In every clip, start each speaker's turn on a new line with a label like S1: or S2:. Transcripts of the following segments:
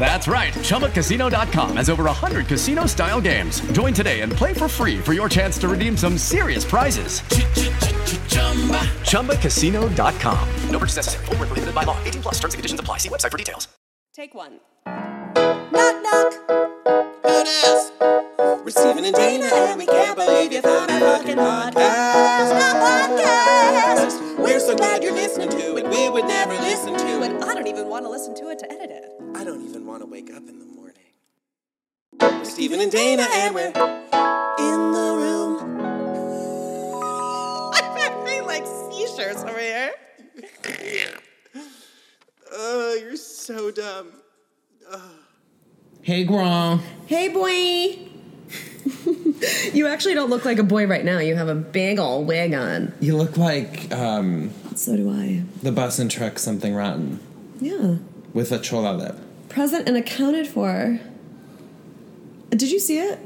S1: That's right. ChumbaCasino.com has over 100 casino-style games. Join today and play for free for your chance to redeem some serious prizes. ChumbaCasino.com. No purchase necessary. Full prohibited by law. 18 plus terms and conditions apply. See website for details.
S2: Take one.
S3: Knock, knock. Who this? We're Steven and Dana, and we can't believe you found our fucking podcast.
S2: Our
S3: podcast. We're so glad you're listening to it. We would never listen to it.
S2: I don't even want to listen to it to edit it.
S3: I don't even want to wake up in the morning. We're Steven and Dana, and we're in the room.
S2: I'm having like seizures over here.
S3: Oh, you're so dumb.
S4: Hey, Grom.
S2: Hey, boy. you actually don't look like a boy right now. You have a big old wig on.
S4: You look like um,
S2: So do I.
S4: the bus and truck something rotten
S2: Yeah.
S4: with a chola lip.
S2: Present and accounted for. Did you see it?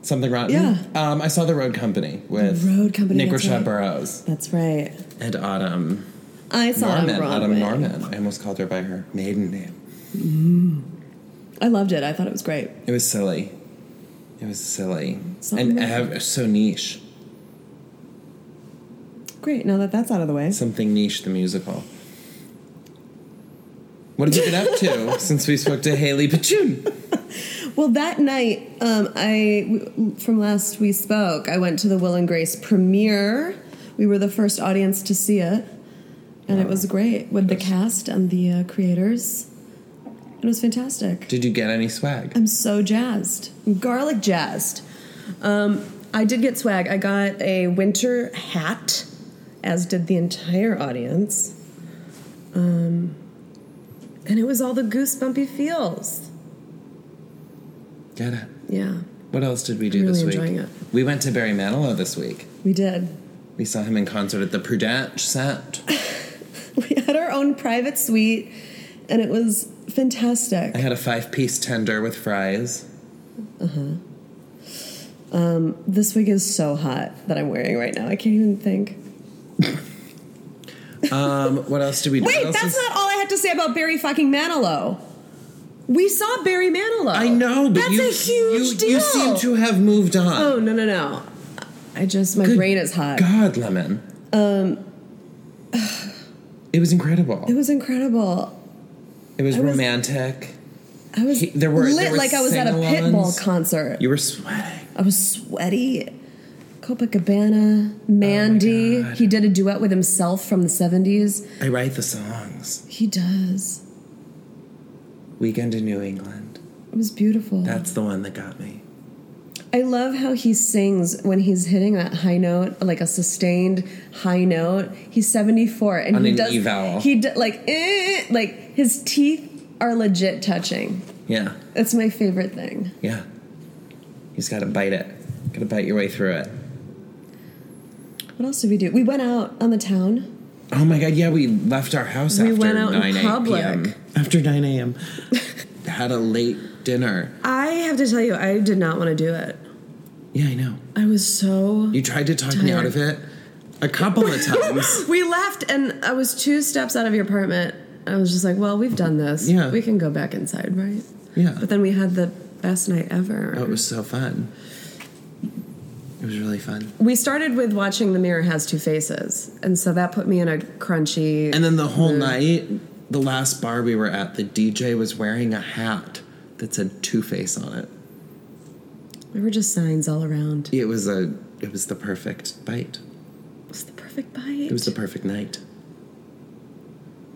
S4: Something rotten.
S2: Yeah.
S4: Um, I saw the Road Company with
S2: The Road Company,
S4: Nick
S2: that's
S4: Rochelle
S2: right.
S4: Burrows
S2: That's right.
S4: and Autumn
S2: I saw it on
S4: Norman.
S2: Broadway.
S4: Autumn Norman. I almost called her by her maiden name.
S2: I loved it. I thought it was great.
S4: It was silly. It was silly
S2: Something
S4: and ev- so niche.
S2: Great. Now that that's out of the way.
S4: Something niche. The musical. What have you been up to since we spoke to Haley Pachoon?
S2: Well, that night, um, I w- from last we spoke, I went to the Will and Grace premiere. We were the first audience to see it, and it was great with the cast and the uh, creators. It was fantastic.
S4: Did you get any swag?
S2: I'm so jazzed. I'm garlic jazzed. Um, I did get swag. I got a winter hat, as did the entire audience. Um, and it was all the goosebumpy feels.
S4: Get it.
S2: Yeah,
S4: What else did we do
S2: really
S4: this week?
S2: enjoying it.
S4: We went to Barry Manilow this week.
S2: we did.
S4: We saw him in concert at the Prudence set.
S2: We had our own private suite, and it was fantastic.
S4: I had a five-piece tender with fries.
S2: This wig is so hot that I'm wearing right now. I can't even think.
S4: Um, what else did we do? What
S2: Wait,
S4: else
S2: that's
S4: is-
S2: not all I had to say about Barry fucking Manilow. We saw Barry Manilow.
S4: I know, but
S2: that's
S4: you,
S2: a huge
S4: you,
S2: deal.
S4: You seem to have moved on.
S2: Oh no no no! I just my
S4: Good
S2: brain is hot.
S4: God, Lemon.
S2: Um,
S4: It was incredible.
S2: it was incredible.
S4: It was
S2: I was-
S4: romantic.
S2: I was
S4: He- there were-
S2: lit
S4: there were
S2: like I was at a pitbull
S4: sing-alongs.
S2: concert.
S4: You were sweating.
S2: I was sweaty. Copacabana, Mandy.
S4: Oh God.
S2: he did a duet with himself from the '70s.
S4: I write the songs.
S2: He does.
S4: Weekend in New England.
S2: It was beautiful.
S4: That's the one that got me.
S2: I love how he sings when he's hitting that high note, like a sustained high note. He's 74 and
S4: On
S2: he
S4: an
S2: does
S4: E vowel.
S2: he d- like eh, like his teeth are legit touching.
S4: Yeah,
S2: That's my favorite thing.
S4: yeah. You just gotta bite it. Gotta bite your way through it.
S2: What else did we do? We went out on the town.
S4: Oh my god, yeah, we left our house
S2: We
S4: after
S2: went out in
S4: 9 8
S2: public.
S4: PM. After 9 a.m. Had a late dinner.
S2: I have to tell you, I did not want to do it.
S4: Yeah, I know.
S2: I was so
S4: You tried to talk me out
S2: Tired.
S4: of it a couple of times.
S2: We left and I was two steps out of your apartment. I was just like, well, we've done this.
S4: Yeah.
S2: We can go back inside, right?
S4: yeah.
S2: But then we had the best night ever.
S4: oh, it was so fun. It was really fun.
S2: We started with watching The Mirror Has Two Faces, and so that put me in a crunchy.
S4: And then the whole night, the last bar we were at, the DJ was wearing a hat that said Two Face on it.
S2: there were just signs all around.
S4: It was a it was the perfect bite.
S2: was the perfect bite.
S4: It was the perfect night.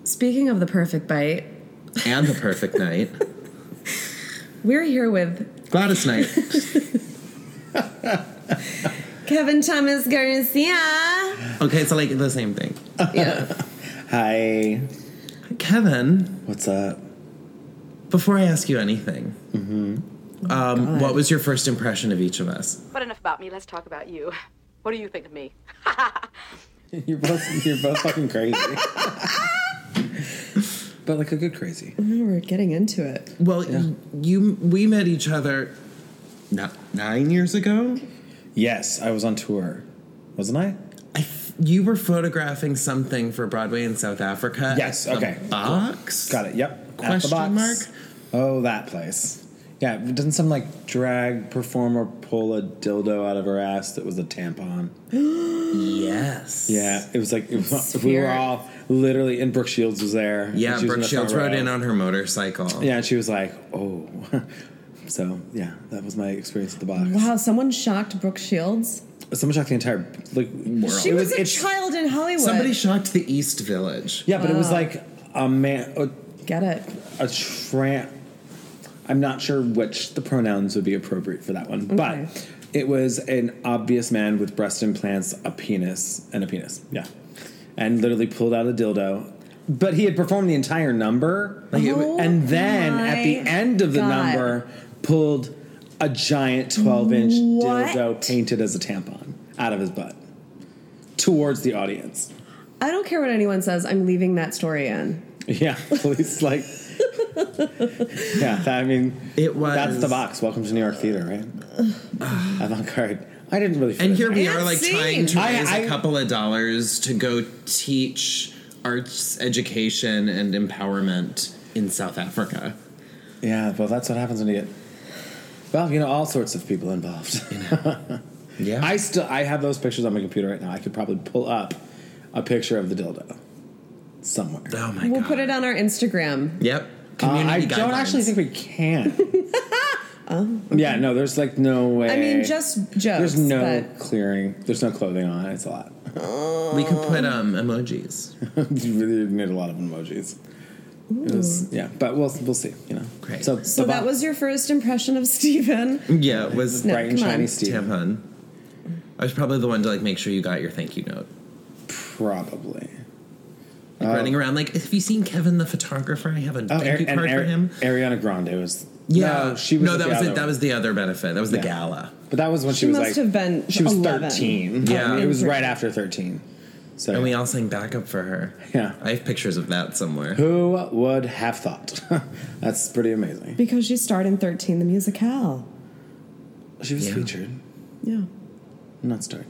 S2: Speaking of the perfect bite,
S4: And the perfect night.
S2: we're here with
S4: Gladys night.
S2: Kevin Thomas Garcia.
S4: Okay, so like the same thing.
S2: yeah.
S1: Hi.
S4: Kevin,
S1: What's up?
S4: before I ask you anything,
S1: Mm-hmm.
S4: um, what was your first impression of each of us?
S5: But enough about me, let's talk about you. What do you think of me?
S1: You're both you're both fucking crazy. but like a good crazy.
S2: We're getting into it.
S4: Well, you we met each other not nine years ago.
S1: Yes, I was on tour. Wasn't I?
S4: I f- you were photographing something for Broadway in South Africa. at
S1: Yes,
S4: the
S1: okay.
S4: Box.
S1: Got it. Yep. At the
S4: Question
S1: box.
S4: mark?
S1: Oh, that place. Yeah, doesn't some like drag performer pull a dildo out of her ass that was a tampon?
S4: Yes.
S1: Yeah, it was like it was, we were
S2: Sphere.
S1: all literally, and Brooke Shields was there.
S4: Yeah.
S1: and she was
S4: Brooke
S1: the
S4: Shields
S1: front
S4: rode
S1: row.
S4: in on her motorcycle.
S1: Yeah, and she was like, "Oh," so yeah, that was my experience at the box.
S2: Wow, someone shocked Brooke Shields.
S1: Someone shocked the entire like world.
S2: She
S1: It
S2: was, a
S1: it's-
S2: child in Hollywood.
S4: Somebody shocked the East Village.
S1: Yeah, but it was like a man,
S2: Get it.
S1: a, a tramp. I'm not sure which the pronouns would be appropriate for that one,
S2: Okay.
S1: but it was an obvious man with breast implants, a penis, and a penis. Yeah, and literally pulled out a dildo. But he had performed the entire number, like it wa-
S2: Oh
S1: and then at the
S2: my
S1: end of the
S2: God.
S1: number, pulled a giant 12 inch
S2: What?
S1: dildo painted as a tampon out of his butt towards the audience.
S2: I don't care what anyone says, I'm leaving that story in.
S1: Yeah, police like. yeah, that, I mean,
S4: It was-
S1: that's the box. Welcome to New York theater, right? Avant-garde. I didn't really. fit
S4: And
S1: in
S4: here
S1: there.
S4: we
S2: And
S4: are, like
S2: sing.
S4: trying to
S1: I-
S4: raise a
S1: I-
S4: couple of dollars to go teach arts education and empowerment in South Africa.
S1: Yeah, well, that's what happens when you get. Well, you know, all sorts of people involved.
S4: Yeah,
S1: I still, I have those pictures on my computer right now. I could probably pull up a picture of the dildo somewhere.
S4: oh my
S2: We'll
S4: god.
S2: put it on our Instagram.
S4: Yep.
S1: Uh,
S4: Community
S1: I don't
S4: guidelines.
S1: actually think we can. Oh, Yeah, no, there's like no way.
S2: I mean, just jokes.
S1: there's no
S2: but-
S1: clearing. There's no clothing on. It's a lot.
S4: we could put um emojis.
S1: you really made a lot of emojis. It was, yeah, but we'll we'll see. You know,
S4: Great.
S1: So,
S2: so that was your first impression of Steven.
S4: Yeah, it was
S2: No,
S1: bright and
S2: come on.
S1: shiny Steve.
S4: tampon. I was probably the one to like make sure you got your thank you note.
S1: Probably. Uh,
S4: Like running around like, have you seen Kevin the photographer? I have a
S1: Oh,
S4: thank
S1: Ari-
S4: you
S1: and
S4: card for
S1: Ari-
S4: him.
S1: Ariana Grande was.
S4: Yeah,
S1: no, she was.
S4: No,
S1: at
S4: that
S1: the
S4: was
S1: other
S4: it. That
S1: one.
S4: was the other benefit. That was the
S1: Yeah.
S4: gala.
S1: But that was when she,
S2: She
S1: was
S2: must
S1: like.
S2: have been Oh,
S1: She was
S2: 11.
S1: thirteen.
S4: Yeah.
S1: I mean, it was right after thirteen. So
S4: And we all sang backup for her.
S1: Yeah.
S4: I have pictures of that somewhere.
S1: who would have thought? That's pretty amazing.
S2: Because she starred in 13 the musicale.
S1: She was
S4: Yeah.
S1: featured,
S2: Yeah.
S1: not starred.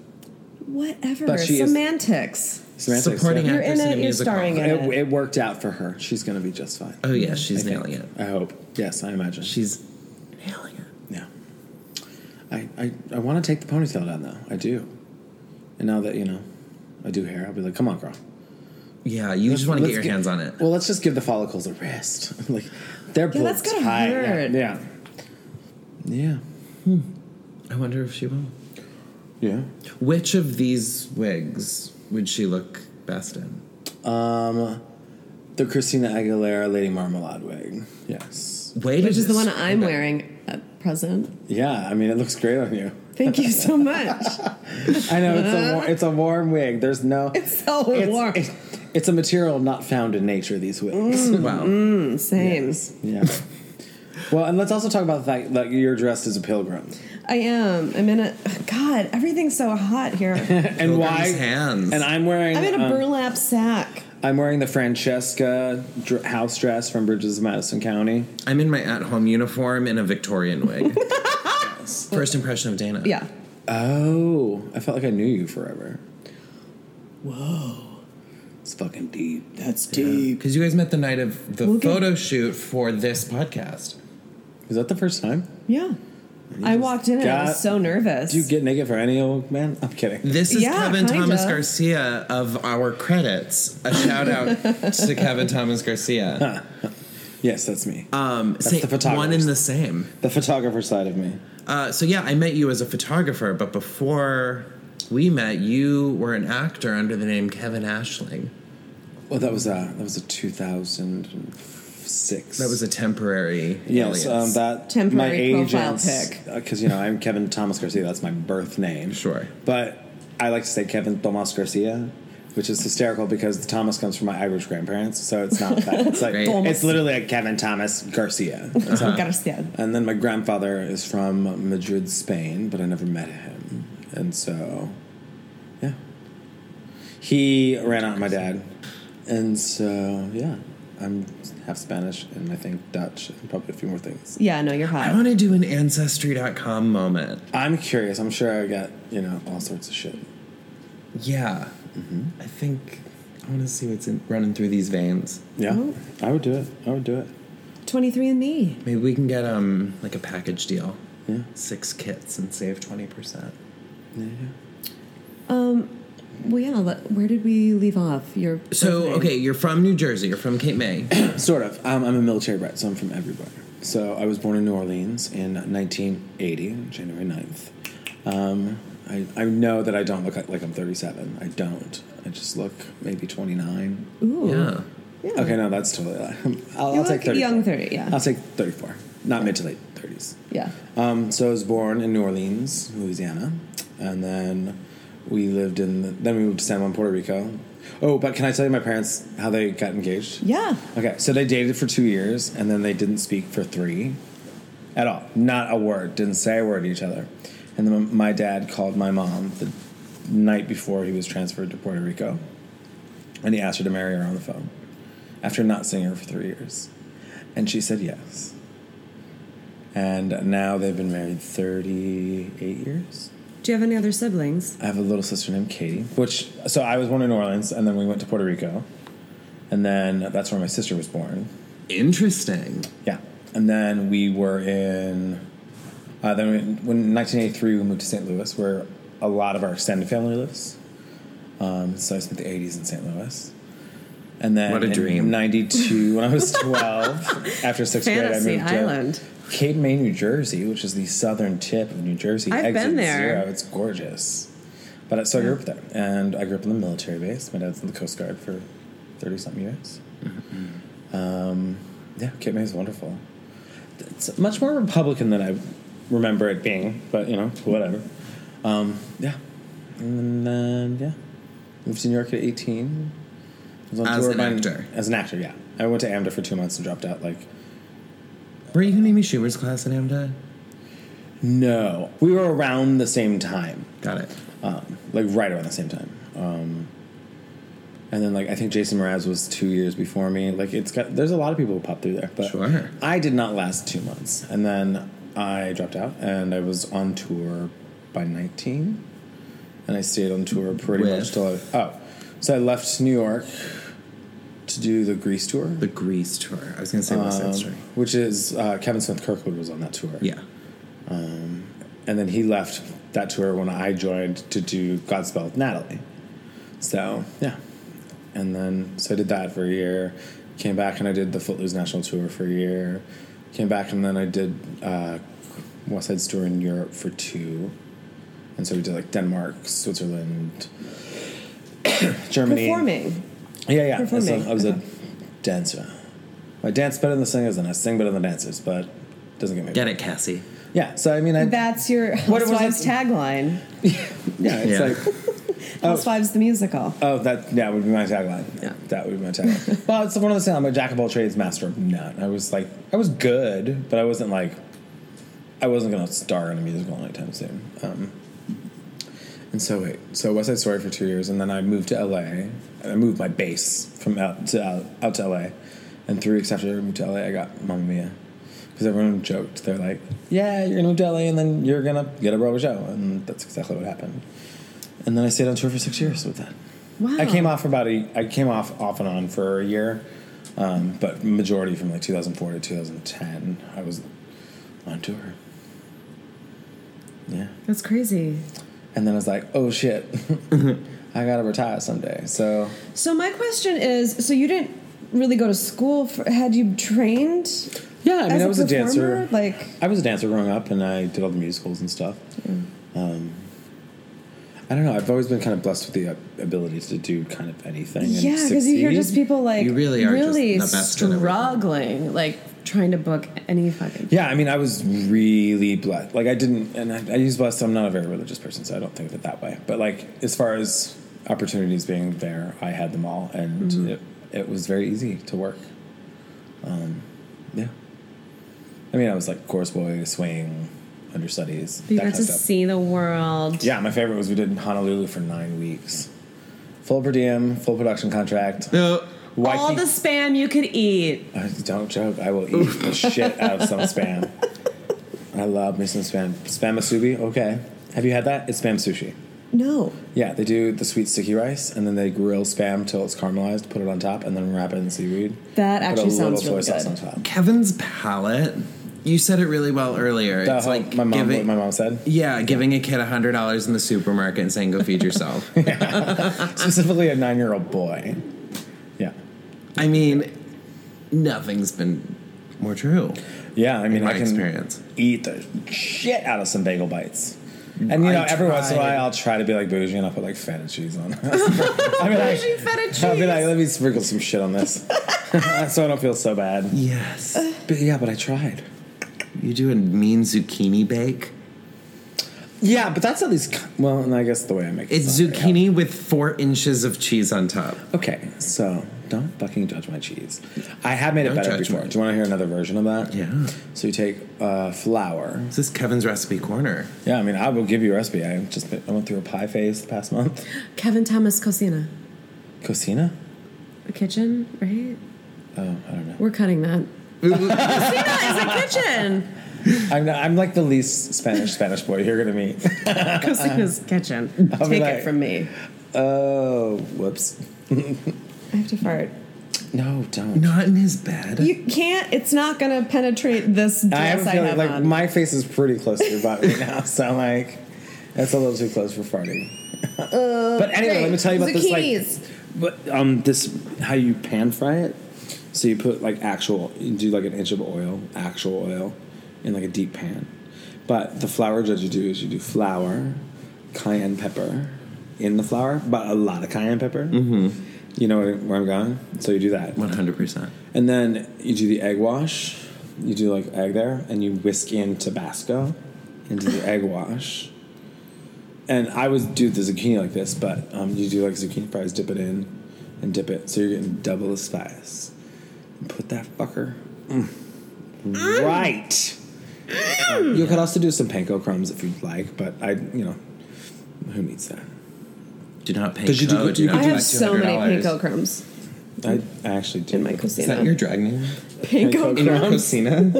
S2: Whatever.
S1: But she is-
S2: Semantics.
S1: Samantha
S4: Supporting
S1: yeah.
S2: You're in
S4: actress
S2: it,
S4: in a
S2: you're
S4: musical.
S2: starring it.
S1: It, it worked out for her. She's gonna be just fine.
S4: Oh yeah, she's
S1: I think. Uh,
S4: nailing it.
S1: I hope. Yes, I imagine.
S4: She's nailing it.
S1: Yeah. I, I, I want to take the ponytail down, though. I do. And now that, you know, I do hair, I'll be like, come on, girl.
S4: Yeah, you just want to get your hands on it.
S1: Well, let's just give the follicles a rest. like, they're
S2: Yeah, that's
S1: both
S2: gotta
S1: tight.
S2: hurt.
S1: Yeah. Yeah.
S2: Hmm.
S4: I wonder if she will.
S1: Yeah.
S4: Which of these wigs would she look best in?
S1: Um, the Christina Aguilera Lady Marmalade wig. Yes.
S4: Wait,
S2: Which is the one I'm wearing at present.
S1: Yeah, I mean, it looks great on you.
S2: Thank you so much.
S1: I know, it's a, war- it's a warm wig. There's no.
S2: It's so warm.
S1: It's, it's a material not found in nature, these wigs.
S4: Wow.
S2: Same.
S1: Yeah. well, and let's also talk about the fact that you're dressed as a pilgrim.
S2: I am. I'm in a. God, everything's so hot here.
S1: And
S4: Pilgrim's
S1: why?
S4: hands.
S1: And I'm wearing
S2: I'm in a
S1: um,
S2: burlap sack.
S1: I'm wearing the Francesca dr- house dress from Bridges of Madison County.
S4: I'm in my at-home uniform in a Victorian wig. First impression of Dana.
S2: Yeah.
S1: Oh, I felt like I knew you forever. Whoa, it's fucking deep. That's deep.
S4: Because you guys met the night of the
S2: We'll get-
S4: photo shoot for this podcast.
S1: Is that the first time?
S2: Yeah. I walked in and I
S1: got-
S2: was so nervous.
S1: Do you get naked for any old man? I'm kidding.
S4: This is
S2: Yeah,
S4: Kevin
S2: kinda.
S4: Thomas Garcia of our credits. A shout out to Kevin Thomas Garcia.
S1: Yes, that's me.
S4: Um,
S1: That's
S4: say
S1: Um, the photographer.
S4: One in the same.
S1: the photographer side of me. Uh, so yeah, I met you as a photographer, but before we met, you were an actor under the name Kevin Ashling.
S4: Well, that was a that was a 2006.
S1: That was a temporary.
S4: Yes, um,
S1: alias.
S4: that
S2: Temporary
S4: my
S2: profile
S4: agents,
S2: pic.
S4: Because you know I'm Kevin Thomas Garcia. That's my birth name.
S1: Sure.
S4: but I like to say Kevin Thomas Garcia, which is hysterical because the Thomas comes from my Irish grandparents, so it's not that. It's like
S1: Right.
S4: it's literally like Kevin Thomas Garcia.
S2: Garcia.
S4: And then my grandfather is from Madrid, Spain, but I never met him. And so, yeah. He ran out on my dad. And so, yeah. I'm half Spanish and I think Dutch and probably a few more things.
S2: Yeah, no, you're
S1: I
S2: hot.
S1: want to do an Ancestry.com moment.
S4: I'm curious. I'm sure I got, you know, all sorts of shit. Mm-hmm.
S1: Yeah, I think I want to see what's in, running through these veins.
S4: Yeah. I would do it. I would do it.
S2: 23 and me.
S1: Maybe we can get um like a package deal. Yeah. Six kits and save twenty percent.
S2: Um, Well, yeah, let- where did we leave off? Your
S1: So
S2: birthday.
S1: okay, you're from New Jersey. You're from Cape May.
S4: Sort of. Um, I'm a military brat, so I'm from everywhere. So I was born in New Orleans in 1980, January 9th. Um, I, I know that I don't look like, like I'm 37. I don't. I just look maybe 29.
S2: Ooh.
S1: yeah.
S4: Okay, no, that's totally. a lie. I'll,
S2: You
S4: I'll take
S2: look
S4: 30.
S2: young 30, yeah.
S4: I'll take 34. Not mid to late 30s.
S2: Yeah.
S4: Um, so I was born in New Orleans, Louisiana, and then we lived in. The, then we moved to San Juan, Puerto Rico. Oh, but can I tell you my parents how they got engaged?
S2: Yeah.
S4: Okay, so they dated for two years, and then they didn't speak for three, at all. Not a word. Didn't say a word to each other. And then my dad called my mom the night before he was transferred to Puerto Rico, and he asked her to marry her on the phone after not seeing her for three years, and she said yes. And now they've been married 38 years.
S2: Do you have any other siblings?
S4: I have a little sister named Katie, which, so I was born in New Orleans, and then we went to Puerto Rico, and then that's where my sister was born.
S1: Interesting.
S4: Yeah. And then we were in, uh, then we, when in 1983 we moved to St. Louis, where a lot of our extended family lives. Um, so I spent the 80s in St. Louis. And then
S1: What a
S4: in
S1: dream.
S4: 92, when I was 12, after sixth grade, I
S2: Fantasy
S4: moved
S2: island.
S4: to Cape May, New Jersey, which is the southern tip of New Jersey.
S2: I've
S4: Exit
S2: been there.
S4: Zero. It's gorgeous. But I- so I grew up there, and I grew up in the military base. My dad's in the Coast Guard for 30 something years. Um, yeah, Cape May is wonderful. It's much more Republican than I remember it being, but you know, whatever. Um, yeah. And then, yeah. Moved to New York at 18. Was on
S1: As
S4: tour
S1: an
S4: by-
S1: actor.
S4: As an actor, yeah. I went to AMDA for two months and dropped out like
S1: Were you in Amy Schumer's class at AMDA?
S4: No, we were around the same time,
S1: Got it.
S4: um, like right around the same time. Um, and then, like, I think Jason Mraz was two years before me. Like, it's got there's a lot of people who pop through there, but
S1: Sure.
S4: I did not last two months, and then I dropped out, and I was on tour by nineteen, and I stayed on tour pretty
S1: With?
S4: much till I, oh, so I left New York to do the Grease tour, Um,
S1: The Grease tour. I was gonna say West Side Story.
S4: which is uh, Kevin Smith Kirkwood was on that tour, Um,
S1: Yeah.
S4: and then he left that tour when I joined to do Godspell with Natalie. So yeah, and then so I did that for a year. Came back and I did the Footloose National Tour for a year. Came back and then I did uh, West Side's tour in Europe for two. And so we did like Denmark, Switzerland, Germany.
S2: Performing.
S4: Yeah, yeah.
S2: Performing.
S4: I was, a, I was a dancer. I dance better than the singers and I sing better than the dancers, but doesn't get me.
S1: Get it, Cassie.
S4: Yeah. So I mean, I,
S2: That's your
S4: What was
S2: Housewives
S4: it?
S2: tagline.
S4: yeah, it's
S1: Yeah.
S4: like.
S6: Oh.
S2: Housewives the musical.
S4: Oh, that yeah would be my tagline. Yeah, that would be my tagline. well, it's one of those things. I'm a jack of all trades, master of none. I was like, I was good, but I wasn't like, I wasn't gonna star in a musical anytime soon. Um, and so wait, so West Side Story for two years, and then I moved to LA. And I moved my base from out to out, out to LA, and three weeks after I moved to LA, I got Mamma Mia. Because everyone joked, they're like, "Yeah, you're gonna move to LA, and then you're gonna get a Broadway show," and that's exactly what happened. And then I stayed on tour for six years with that.
S2: Wow.
S4: I came off for about a, I came off off and on for a year, um, but majority from like 2004 to 2010, I was on tour. Yeah,
S2: That's crazy.
S4: and then I was like, oh shit, I gotta retire someday. So
S2: So my question is, so you didn't really go to school. For, had you trained?
S4: Yeah, I mean,
S2: as
S4: I was a, dancer.
S2: performer? Like,
S4: I was a dancer growing up, and I did all the musicals and stuff. Um, I don't know. I've always been kind of blessed with the ab- ability to do kind of anything. and
S2: yeah, because you hear
S4: succeed.
S2: just people like
S4: You really are just
S2: really
S4: the best at everything.
S2: struggling, like trying to book any fucking.
S4: Yeah, I mean, I was really blessed. Like, I didn't, and I, I use blessed. I'm not a very religious person, so I don't think of it that way. But like, as far as opportunities being there, I had them all, and
S6: Mm-hmm.
S7: Mhm.
S4: it, it was very easy to work. Um, yeah, I mean, I was like chorus boy, swing, understudies.
S6: But you
S4: that
S6: got
S4: kind
S6: to
S4: of stuff.
S6: see the world.
S4: Yeah, my favorite was we did in Honolulu for nine weeks, full per diem, full production contract. No.
S6: All the spam you could eat.
S4: I don't joke. I will eat the shit out of some spam. I love me some spam. Spam asubi. Okay. Have you had that? It's spam sushi.
S2: No.
S4: Yeah, they do the sweet sticky rice, and then they grill spam till it's caramelized, put it on top, and then wrap it in seaweed.
S2: That
S4: Put a
S2: actually
S4: little
S2: sounds
S4: soy
S2: really
S4: sauce
S2: good.
S4: on top.
S1: Kevin's palate. You said it really well earlier.
S4: The
S1: it's
S4: whole-
S1: like
S4: my mom-
S1: giving,
S4: what my mom said.
S1: Yeah, giving a kid hundred dollars in the supermarket and saying, "Go feed yourself."
S4: Specifically, a nine-year-old boy. Yeah.
S1: I mean, nothing's been more true.
S4: Yeah, I mean,
S1: my
S4: I can
S1: experience.
S4: eat the shit out of some bagel bites. And you
S1: I
S4: know, every once in a
S1: tried.
S4: while, I'll try to be like bougie, and I'll put like feta cheese on.
S3: I
S4: mean, I- I'll be like, let me sprinkle some shit on this, so I don't feel so bad.
S1: Yes,
S4: but yeah, but I tried.
S1: You do a mean zucchini bake.
S4: Yeah, but that's at least well, and I guess the way I make it.
S1: It's zucchini with four inches of cheese on top.
S4: Okay, so don't fucking judge my cheese. I have made it
S1: Don't
S4: better
S1: judge
S4: before.
S1: me.
S4: Do you want to hear another version of that?
S1: Yeah.
S4: So you take uh, flour. This
S1: is Kevin's recipe corner.
S4: Yeah, I mean, I will give you a recipe. I just I went through a pie phase the past month.
S2: Kevin Thomas Cosina,
S4: Cocina?
S2: a kitchen, right?
S4: Oh, I don't know.
S2: We're cutting that. Cocina is a kitchen.
S4: I'm, not, I'm like the least Spanish Spanish boy you're gonna meet.
S2: Cosina's kitchen.
S4: I'll be
S2: Take
S4: like-
S2: it from me.
S4: Oh, whoops.
S2: I have to fart.
S4: no, don't.
S1: Not in his bed.
S2: You can't. It's not going to penetrate this dress I
S4: I have
S2: have,
S4: a feeling like
S2: on.
S4: my face is pretty close to your butt right now, so I'm like, that's a little too close for farting.
S2: Uh,
S4: but anyway, let me tell you about this, like-
S2: this.
S4: But um, this how you pan fry it. So you put like actual, you do like an inch of oil, actual oil, in like a deep pan. But the flour judge you do is you do flour, cayenne pepper, in the flour, but a lot of cayenne pepper. Mm-hmm. You know where where I'm going, so you do that.
S1: One hundred percent.
S4: And then you do the egg wash. You do like egg there, and you whisk in Tabasco into the egg wash. And I would do the zucchini like this, but um, you do like zucchini fries, dip it in, and dip it. So you're getting double the spice. And put that fucker mm, right. Um, you could also do some panko crumbs if you'd like, but I, you know, who needs that?
S1: Do not panko.
S4: 'Cause you do- you
S1: not
S2: I
S4: could do
S2: have
S4: like
S2: so
S1: $200.
S2: many panko crumbs.
S4: I, I actually do. In my
S2: cocina.
S1: Is that your drag name?
S2: Panko
S1: In your
S2: crumbs.
S1: cocina?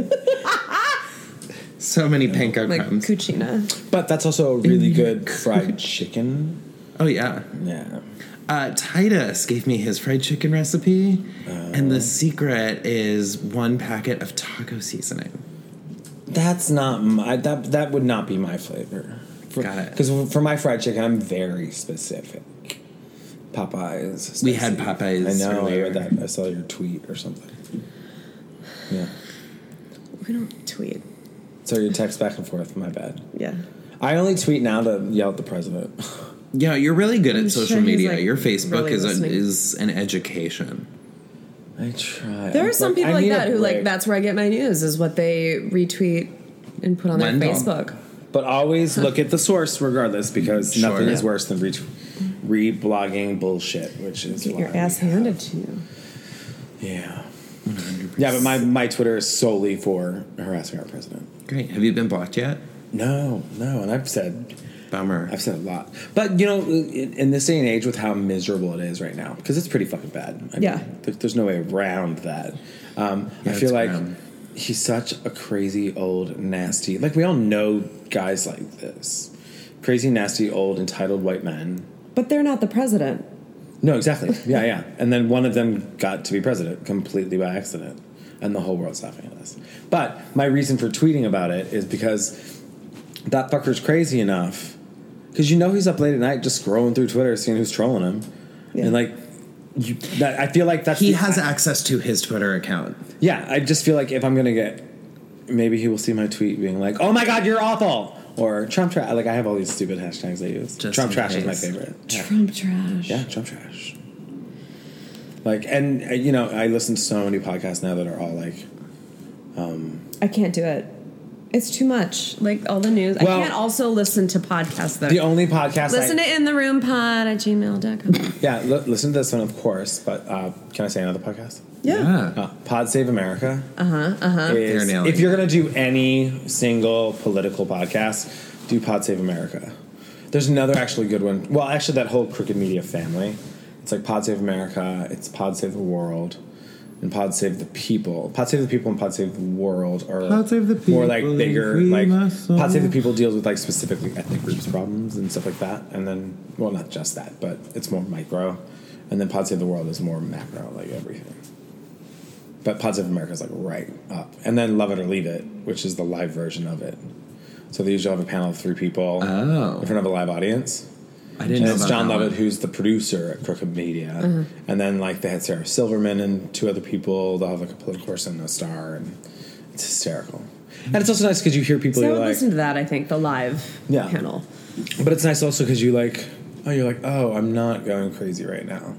S1: so many panko
S2: Like
S1: crumbs.
S2: cucina.
S4: But that's also a really good fried chicken.
S1: Oh yeah.
S4: Yeah.
S1: Uh, Titus gave me his fried chicken recipe, and the secret is one packet of taco seasoning.
S4: That's not my um, that that would not be my flavor. For, Got it. Because for my fried chicken, I'm very specific. Popeyes.
S1: We had
S4: spicy.
S1: Popeyes
S4: I know.
S1: earlier.
S4: I read that. I saw your tweet or something. Yeah.
S2: We don't tweet.
S4: So your text back and forth. My bad.
S2: Yeah.
S4: I only tweet now to yell at the president.
S1: Yeah, you're really good
S4: I'm
S1: at
S4: sure
S1: social
S4: he's,
S1: media.
S4: like,
S1: Your Facebook
S4: really
S1: is a,
S4: listening.
S1: is an education.
S4: I try.
S2: There are some people like that who like that's where I get my news is what they retweet and put on their
S4: Wendell.
S2: Facebook.
S4: But always look at the source, regardless, because
S2: Sure.
S4: nothing is
S2: Yeah.
S4: worse than re- reblogging bullshit, which is
S2: Get your
S4: why-
S2: ass handed to you.
S4: Yeah. Yeah, but my, my Twitter is solely for harassing our president.
S1: Great. Have you been blocked yet?
S4: No, no. And I've said.
S1: Bummer.
S4: I've said a lot. But, you know, in, in this day and age with how miserable it is right now, because it's pretty fucking bad. I
S2: Yeah.
S4: Mean, there, there's no way around that. Um, I
S1: it's
S4: feel like
S1: grim.
S4: he's such a crazy, old, nasty. Like, we all know guys like this crazy, nasty, old, entitled white men.
S2: But they're not the president.
S4: No, exactly. Yeah, yeah. And then one of them got to be president completely by accident, and the whole world's laughing at us. But my reason for tweeting about it is because that fucker's crazy enough, because you know he's up late at night just scrolling through Twitter, seeing who's trolling him, and like you, that, I feel like that's
S1: He
S4: the-
S1: has access to his Twitter account.
S4: Yeah, I just feel like if I'm gonna get, maybe he will see my tweet being like, "Oh my god, you're awful," or "Trump trash." Like I have all these stupid hashtags I use. Trump
S1: in
S4: trash is my
S1: case.
S4: favorite. Yeah.
S2: Trump trash.
S4: Yeah, Trump trash. Like, and uh, you know, I listen to so many podcasts now that are all like, um,
S2: I can't do it. It's too much. Like all the news.
S4: Well-
S2: I can't also listen to podcasts though.
S4: the only podcast.
S2: listen
S4: I,
S2: to in the room pod at gmail.com.
S4: yeah, li- listen to this one, of course. But uh, can I say another podcast?
S2: Yeah.
S4: Uh, Pod Save America.
S2: Uh-huh. Uh-huh.
S4: is- if you're going to do any single political podcast, do Pod Save America. There's another actually good one. Well, actually, that whole Crooked Media family. It's like Pod Save America, it's Pod Save the World, and Pod Save the People. Pod Save the People and Pod Save the World are
S1: Pod Save the
S4: more like
S1: People and
S4: bigger,
S1: Free
S4: like
S1: my soul.
S4: Pod Save the People deals with like specifically ethnic groups problems and stuff like that. And then, well, not just that, but it's more micro. And then Pod Save the World is more macro, like everything. But Pods of America is like right up. And then Love It or Leave It, which is the live version of it. So they usually have a panel of three people
S1: Oh.
S4: in front of a live audience.
S1: I didn't
S4: and
S1: know
S4: it's
S1: about
S4: John
S1: that
S4: Lovett,
S1: one.
S4: who's the producer at Crooked Media.
S1: Uh-huh.
S4: And then like they had Sarah Silverman and two other people. They'll have like a political person and a star and it's hysterical. And it's also nice because you hear people
S2: So I
S4: you're
S2: would
S4: like
S2: listen to that, I think, the live
S4: Yeah.
S2: panel.
S4: But it's nice also because you like, oh, you're like, oh, I'm not going crazy right now.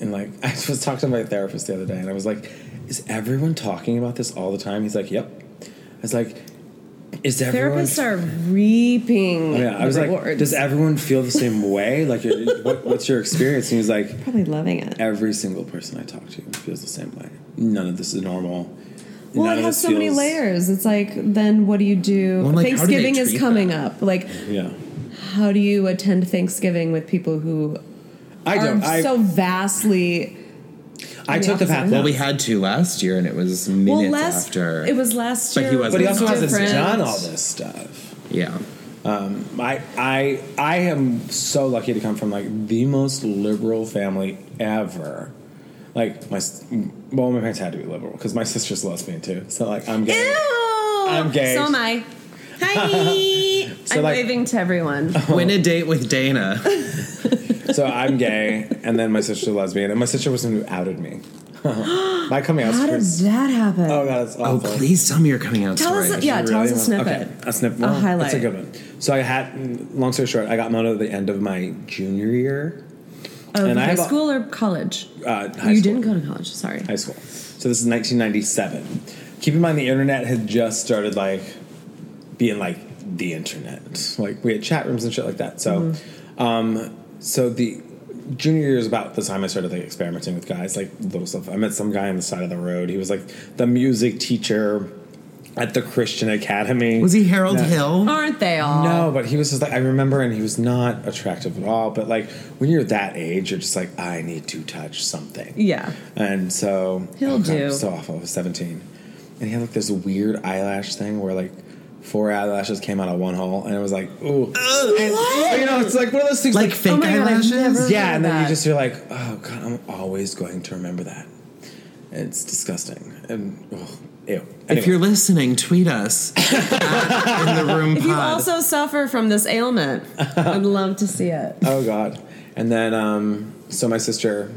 S4: And like, I was talking to my therapist the other day, and I was like, is everyone talking about this all the time? He's like, yep. I was like, is everyone?
S2: Therapists are reaping.
S4: Oh, yeah, I was
S2: the
S4: like,
S2: rewards.
S4: does everyone feel the same way? Like, uh, what, what's your experience? And he was like,
S2: probably loving it.
S4: Every single person I talk to feels the same way. None of this is normal.
S2: Well,
S4: None
S2: it
S4: of
S2: has
S4: this
S2: so many
S4: feels-
S2: layers. It's like, then what do you do?
S4: Well, like, how do they
S2: Thanksgiving is
S4: treat
S2: coming up. Like,
S4: Yeah.
S2: how do you attend Thanksgiving with people who
S4: I
S2: are
S4: don't- I-
S2: so vastly?
S4: I took the path.
S1: Well, we had to last year, and it was minutes
S2: Well, last
S1: after.
S2: it was last year.
S1: But he wasn't.
S4: But he also
S2: different.
S4: hasn't done all this stuff.
S1: Yeah.
S4: Um, I I I am so lucky to come from like the most liberal family ever. Like my s- well, my parents had to be liberal because my sister's lesbian too. So like I'm gay.
S2: Ew!
S4: I'm gay.
S2: So am I. Hi.
S4: So,
S2: I'm
S4: like-
S2: waving to everyone.
S1: Win a date with Dana.
S4: so I'm gay, and then my sister's lesbian, and my sister was the one who outed me. my coming out.
S2: How did
S4: was-
S2: that happen?
S4: Oh god, it's awful.
S1: Oh, please tell me your coming out
S2: Tell
S1: story.
S2: us- yeah, tell us a snippet.
S4: Okay, a snippet.
S2: A
S4: Well, That's a
S2: highlight.
S4: good one. So I had. mm, Long story short, I got mono at the end of my junior year.
S2: Of
S4: And I
S2: high
S4: have a-
S2: school or college?
S4: Uh, high
S2: you
S4: school.
S2: didn't go to college. Sorry.
S4: high school. So this is 1997. Keep in mind the internet had just started like being like the internet. Like we had chat rooms and shit like that. So,
S1: Mm-hmm.
S4: um, so the junior year is about the time I started like experimenting with guys, like little stuff. I met some guy on the side of the road. He was like the music teacher at the Christian Academy.
S1: Was he Harold
S4: No.
S1: Hill?
S2: Aren't they all?
S4: Oh. No, but he was just like I remember, and he was not attractive at all. But like when you're that age, you're just like I need to touch something.
S2: Yeah.
S4: And so
S2: He'll
S4: God,
S2: do.
S4: So awful. I was seventeen, and he had like this weird eyelash thing where like four eyelashes came out of one hole, and it was like ooh. And, You know, it's like one of those things.
S1: Like fake
S2: Oh my God, I've
S1: eyelashes?
S2: never-
S4: yeah, and then
S2: that.
S4: you just you're like, oh god, I'm always going to remember that. It's disgusting, and oh, ew.
S1: If you're listening, tweet us at in the room
S2: If you
S1: pod.
S2: also suffer from this ailment, I'd love to see it.
S4: Oh God! And then, um, so my sister.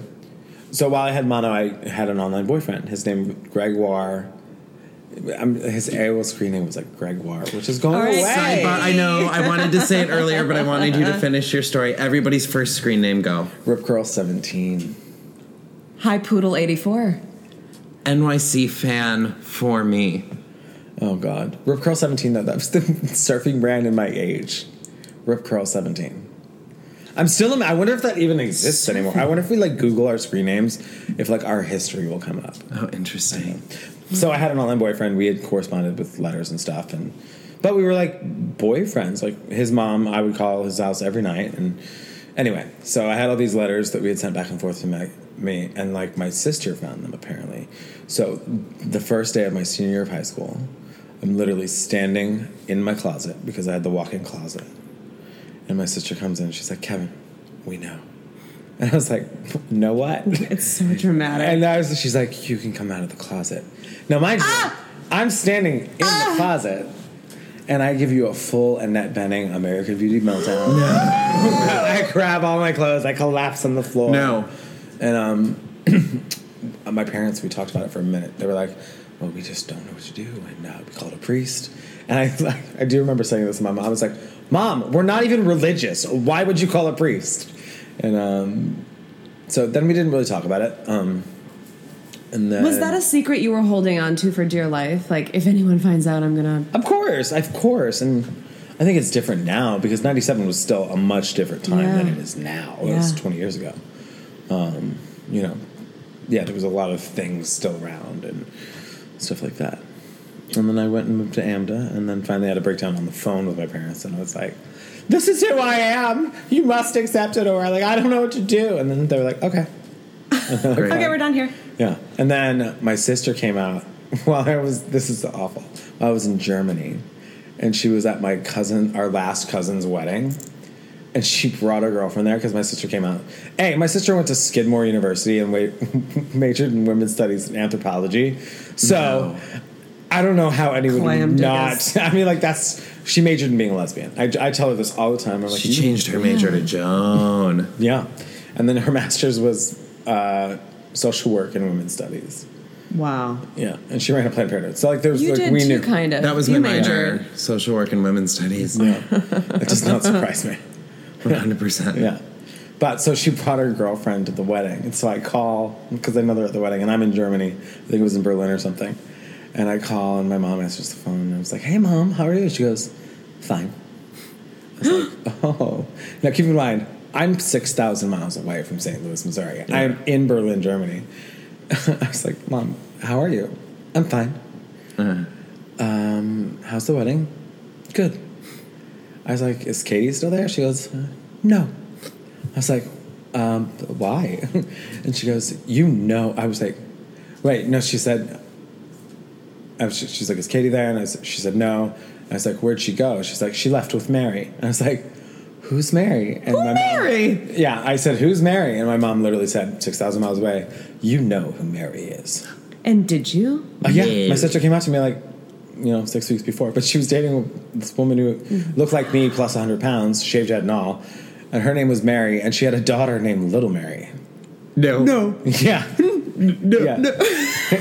S4: So while I had mono, I had an online boyfriend. His name Gregoire. I'm, his AOL screen name was like Gregoire, which is going
S2: All right.
S4: away.
S1: Sidebar, I know I wanted to say it earlier, but I wanted you to finish your story. Everybody's first screen name go.
S4: Rip Curl Seventeen.
S2: Hi, Poodle 84.
S1: NYC fan for me.
S4: Oh God, Rip Curl Seventeen. Though that was the surfing brand in my age. Rip Curl Seventeen. I'm still. I wonder if that even exists anymore. I wonder if we like Google our screen names, if like our history will come up. Um,
S1: Oh, interesting.
S4: So I had an online boyfriend. We had corresponded with letters and stuff, and but we were like boyfriends. Like his mom, I would call his house every night, and anyway, so I had all these letters that we had sent back and forth to my, me, and like my sister found them apparently. So the first day of my senior year of high school, I'm literally standing in my closet because I had the walk-in closet, and my sister comes in. and She's like, "Kevin, we know," and I was like, "Know what?"
S2: It's so dramatic.
S4: And I was, she's like, you can come out of the closet. Now, mind you, I'm standing in the closet, and I give you a full Annette Benning American Beauty meltdown. I grab all my clothes, I collapse on the floor.
S1: No.
S4: And um, my parents, we talked about it for a minute. They were like, "Well, we just don't know what to do," and uh, we called a priest. And I, I do remember saying this to my mom. I was like, "Mom, we're not even religious. Why would you call a priest?" And um, so then we didn't really talk about it. Um, and uh, then
S2: Was that a secret you were holding on to for dear life? Like, if anyone finds out, I'm gonna.
S4: Of course, of course, and I think it's different now because '97 was still a much different time than
S2: Yeah.
S4: it is now. It was
S2: Yeah.
S4: 20 years ago. Um, you know, yeah, there was a lot of things still around and stuff like that. And then I went and moved to AMDA, and then finally had a breakdown on the phone with my parents, and I was like, "This is who I am. You must accept it, or like I don't know what to do." And then they were like, "Okay."
S2: Okay, we're done here.
S4: Yeah. And then my sister came out while I was, this is awful. I was in Germany and she was at my cousin, our last cousin's wedding. And she brought her girlfriend there because my sister came out. Hey, my sister went to Skidmore University and wa- majored in women's studies and anthropology. So I don't know how anyone would
S1: Clam
S4: not.
S1: diggers.
S4: I mean, like, that's. She majored in being a lesbian. I, I tell her this all the time. I'm like,
S1: She
S4: "You-
S1: changed her major to Joan.
S4: Yeah. And then her master's was uh, social work and women's studies.
S2: Wow.
S4: Yeah, and she ran a Planned Parenthood. So like, there's
S2: You
S4: like
S2: did
S4: we
S2: too,
S4: knew
S2: kind of.
S1: That was
S2: You
S1: my
S2: majored.
S1: minor, social work and women's studies.
S4: Yeah, that does not surprise me.
S1: 100%.
S4: Yeah, but so she brought her girlfriend to the wedding, and so I call because I know they're at the wedding, and I'm in Germany. I think it was in Berlin or something. And I call, and my mom answers the phone, and I was like, "Hey, mom, how are you?" She goes, "Fine." I was like, "Oh." Now keep in mind, I'm six thousand miles away from St. Louis, Missouri. I'm in Berlin, Germany. I was like, "Mom, how are you?" I'm fine. Um, how's the wedding? Good. I was like, is Katie still there? She goes, uh, no. I was like, um, why? and she goes, you know. I was like, wait, no. She said, I was, she's like, is Katie there? And I was, she said, no. I was like, where'd she go? She's like, she left with Mary. And I was like, who's Mary? And my Mary? yeah, I said, who's Mary? And my mom literally said, 6,000 miles away, you know who Mary is.
S2: And did you?
S4: Uh, yeah, my sister came out to me like, you know, six weeks before, but she was dating this woman who looked like me, plus 100 pounds, shaved head and all. And her name was Mary, and she had a daughter named Little Mary.
S1: No. No.
S4: Yeah.
S1: No.
S4: yeah.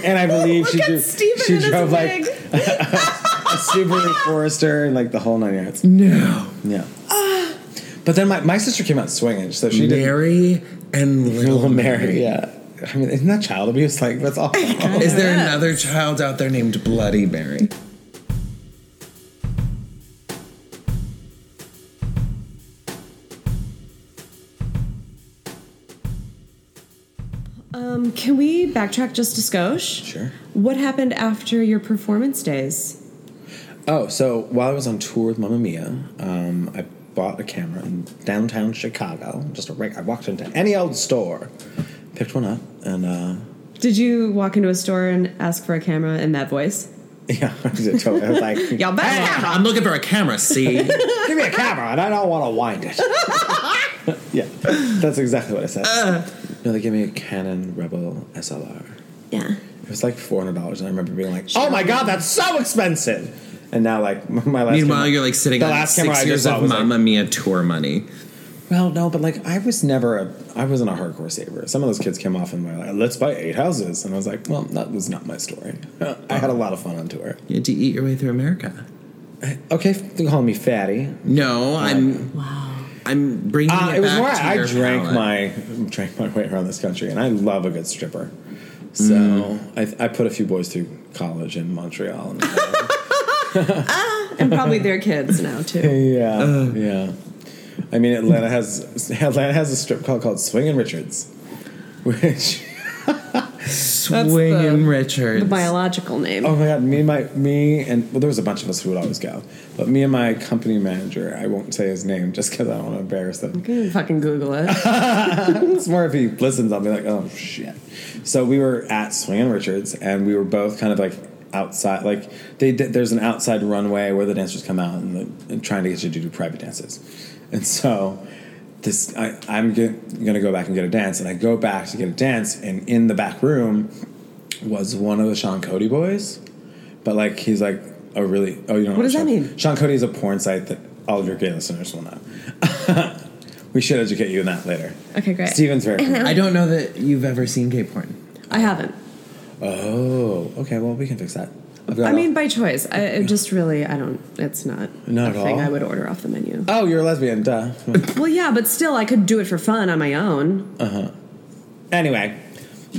S4: and I believe she,
S2: Look at
S4: drew,
S2: Steven
S4: she
S2: in his
S4: drove like
S2: wig.
S4: a Subaru Forester and like the whole nine yards.
S1: No.
S4: Yeah. But then my, my sister came out swinging, so she did
S1: Mary and Little,
S4: Little Mary.
S1: Mary.
S4: Yeah. I mean, isn't that child abuse? Like, that's awful.
S1: Is there another child out there named Bloody Mary?
S2: Um, can we backtrack just a skosh?
S4: Sure.
S2: What happened after your performance days?
S4: Oh, so while I was on tour with Mamma Mia, um, I bought a camera in downtown Chicago. Just a reg- I walked into any old store, picked one up, and uh,
S2: Did you walk into a store and ask for a camera in that voice?
S4: yeah, I was totally- I was like,
S2: Y'all best camera.
S1: I'm looking for a camera, see?
S4: "Give me a camera," and I don't want to wind it. yeah, that's exactly what I said.
S1: Uh.
S4: No, they gave me a Canon Rebel SLR.
S2: Yeah.
S4: It was like four hundred dollars, and I remember being like, "Oh my god, that's so expensive!" And now, like my last.
S1: Meanwhile,
S4: camera-
S1: you're like sitting
S4: the
S1: on
S4: last camera I
S1: six years
S4: just bought
S1: of
S4: was, like,
S1: Mamma Mia tour money.
S4: Well, no, but like I was never a I wasn't a hardcore saver. Some of those kids came off and were like, "Let's buy eight houses," and I was like, "Well, that was not my story." I had a lot of fun on tour. Eh,
S1: You had to eat your way through America.
S4: Okay, f- they call me fatty.
S1: No, I'm. Wow. I'm bringing
S4: Uh,
S1: it,
S4: it was more
S1: back to
S4: I
S1: your
S4: drank
S1: palate.
S4: my drank my way around this country, and I love a good stripper. So
S1: Mm.
S4: I, I put a few boys through college in Montreal. And,
S2: And probably their kids now too.
S4: yeah, yeah. I mean, Atlanta has Atlanta has a strip club called Swingin' Richards, which.
S1: swinging
S2: the-
S1: Richards.
S2: The biological name.
S4: Oh my god, me and my me and well, there was a bunch of us who would always go, but me and my company manager, I won't say his name just because I don't want to embarrass him.
S2: You can fucking Google it.
S4: it's more if he listens, I'll be like, oh shit. So we were at Swingin' Richards, and we were both kind of like outside. Like they did, there's an outside runway where the dancers come out and, the, and trying to get you to do private dances, and so. This I, I'm get, gonna go back and get a dance, and I go back to get a dance, and in the back room was one of the Sean Cody boys, but like he's like a really oh you know
S2: What does
S4: Sean,
S2: that mean?
S4: Sean Cody is a porn site that all of your gay listeners will know. We should educate you on that later.
S2: Okay, great.
S4: Steven's very. familiar.
S2: I don't
S1: know that you've ever seen gay porn.
S2: I haven't.
S4: Oh, okay. Well, we can fix that. I've got
S2: I
S4: all-
S2: mean, by choice. I it just really, I don't. It's not
S4: Not
S2: a
S4: at
S2: thing
S4: all?
S2: I would order off the menu.
S4: oh, you're a lesbian, duh.
S2: Well, yeah, but still, I could do it for fun on my own.
S4: Uh huh. Anyway,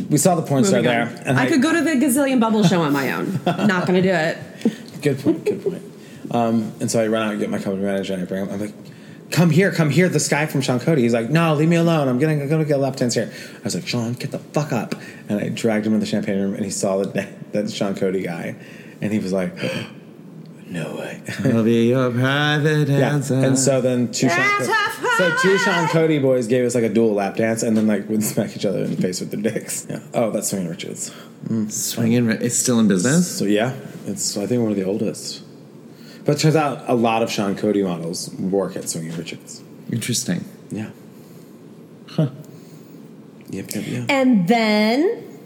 S4: we saw the porn star
S2: Moving
S4: there.
S2: on. I could go to the gazillion bubble show on my own. Not gonna do it.
S4: Good point. Good point. Um, and so I run out and get my company manager and I bring him. I'm like, "Come here, come here." This guy from Sean Cody. He's like, "No, leave me alone. I'm gonna go get lap dance here." I was like, "Sean, get the fuck up!" And I dragged him in the champagne room, and he saw that that Sean Cody guy, and he was like, "No way."
S1: I'll be your private dancer.
S4: And so then two Sean, so two Sean Cody boys gave us like a dual lap dance, and then like would smack each other in the face with their dicks. Yeah. Oh, that's Swingin' Richards.
S1: Swingin' Ri- Mm. it's still in business.
S4: So yeah, it's I think one of the oldest. But turns out a lot of Sean Cody models work at Swingin' Richards.
S1: Interesting.
S4: Yeah. Huh. Yep. Yep. Yep.
S2: And then,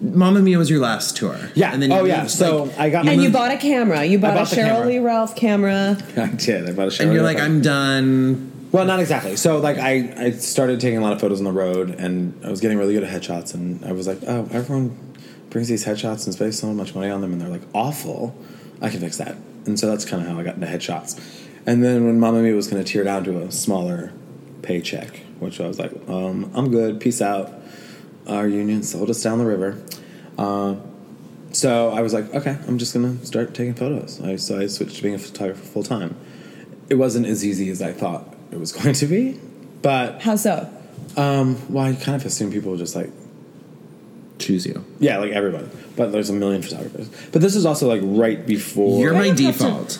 S1: Mamma Mia was your last tour.
S4: Yeah.
S1: And then you
S4: oh yeah.
S1: moved,
S4: So
S1: like-
S4: I got.
S2: and
S4: my-
S2: you bought a camera. You bought,
S4: bought
S2: a
S4: the
S2: Cheryl
S4: camera.
S2: Lee Ralph camera.
S4: I did. I bought a shower.
S1: And you're like, I'm done.
S4: Well, not exactly. So like I, I started taking a lot of photos on the road, and I was getting really good at headshots. And I was like, oh, everyone brings these headshots and spends so much money on them, and they're like awful. I can fix that. And so that's kind of how I got into headshots. And then when Mamma Mia was going to tear down to a smaller paycheck, which I was like, um, I'm good. Peace out. Our union sold us down the river. Uh, so I was like, okay, I'm just gonna start taking photos. I, so I switched to being a photographer full time. It wasn't as easy as I thought it was going to be, but
S2: How so?
S4: um, well, I kind of assumed people would just like
S1: Choose you.
S4: yeah, like everyone. But there's a million photographers. But this is also like right before
S1: You're my
S2: don't have to-
S1: default.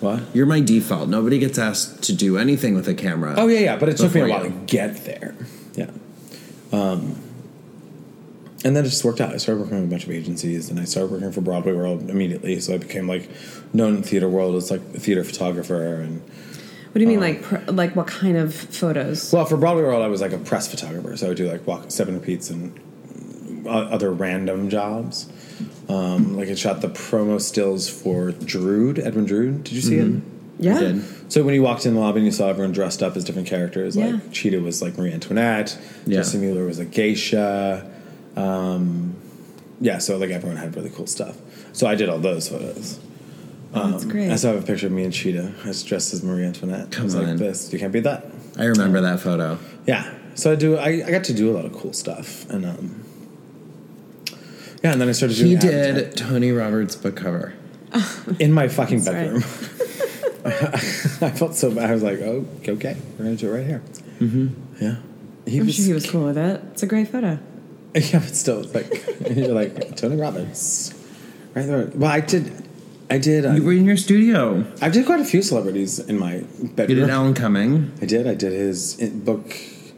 S4: what?
S1: You're my default. Nobody gets asked to do anything with a camera.
S4: Oh yeah, yeah. But it took me a
S1: Before
S4: while
S1: you.
S4: to get there. Yeah. Um, and then it just worked out. I started working with a bunch of agencies, and I started working for Broadway World immediately. So I became like known in the theater world as like a theater photographer and.
S2: What do you
S4: Uh,
S2: mean, like, pr- like what kind of photos?
S4: Well, for Broadway World, I was like a press photographer, so I would do like walk seven repeats and o- other random jobs. Um, like I shot the promo stills for Drood, Edwin Drood. Did you see
S2: yeah.
S1: did.
S4: it? So when you walked in the lobby and you saw everyone dressed up as different characters,
S2: Yeah.
S4: like Cheetah was like Marie Antoinette,
S1: Yeah.
S4: Jesse Mueller was a geisha. Um, yeah, so like everyone had really cool stuff. So I did all those photos.
S2: That's great.
S4: I still have a picture of me and Cheetah. I was dressed as Marie Antoinette. I
S1: Come
S4: was
S1: on.
S4: like this. You can't beat that. Um,
S1: I remember that photo.
S4: Yeah. So I do. I, I got to do a lot of cool stuff, and um, yeah. And then I started doing.
S1: He
S4: advertising
S1: did Tony Roberts book cover.
S4: in my fucking
S2: That's right.
S4: bedroom. I felt so bad. I was like, oh, okay, we're gonna do it right here. Mm-hmm. Yeah. He
S2: I'm sure he was cool with it. It's a great photo.
S4: Yeah, but still, it's like you're like Tony Robbins, right there. Well, I did. I did.
S1: You were
S4: Um,
S1: in your studio.
S4: I did quite a few celebrities in my bedroom.
S1: You did Alan Cumming.
S4: I did. I did his in- book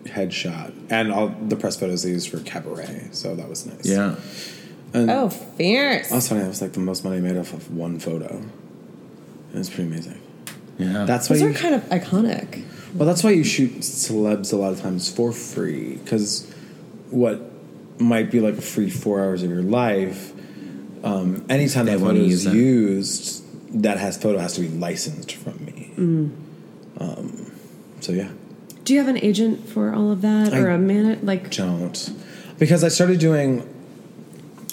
S4: headshot and all the press photos they used for Cabaret. So that was nice.
S1: Yeah.
S4: And
S2: Oh, fierce.
S4: Also, that was like the most money I made off of one photo. It was pretty amazing.
S1: Yeah.
S4: That's why
S2: Those
S4: you
S2: are kind of iconic.
S4: well, that's why you shoot celebs a lot of times for free because what might be like a free four hours of your life, um, anytime
S1: They
S4: that
S1: wanna
S4: photo
S1: use
S4: is
S1: it.
S4: used, that has photo has to be licensed from me. Um, so yeah.
S2: Do you have an agent for all of that, or
S4: I
S2: a man? Like,
S4: don't because I started doing.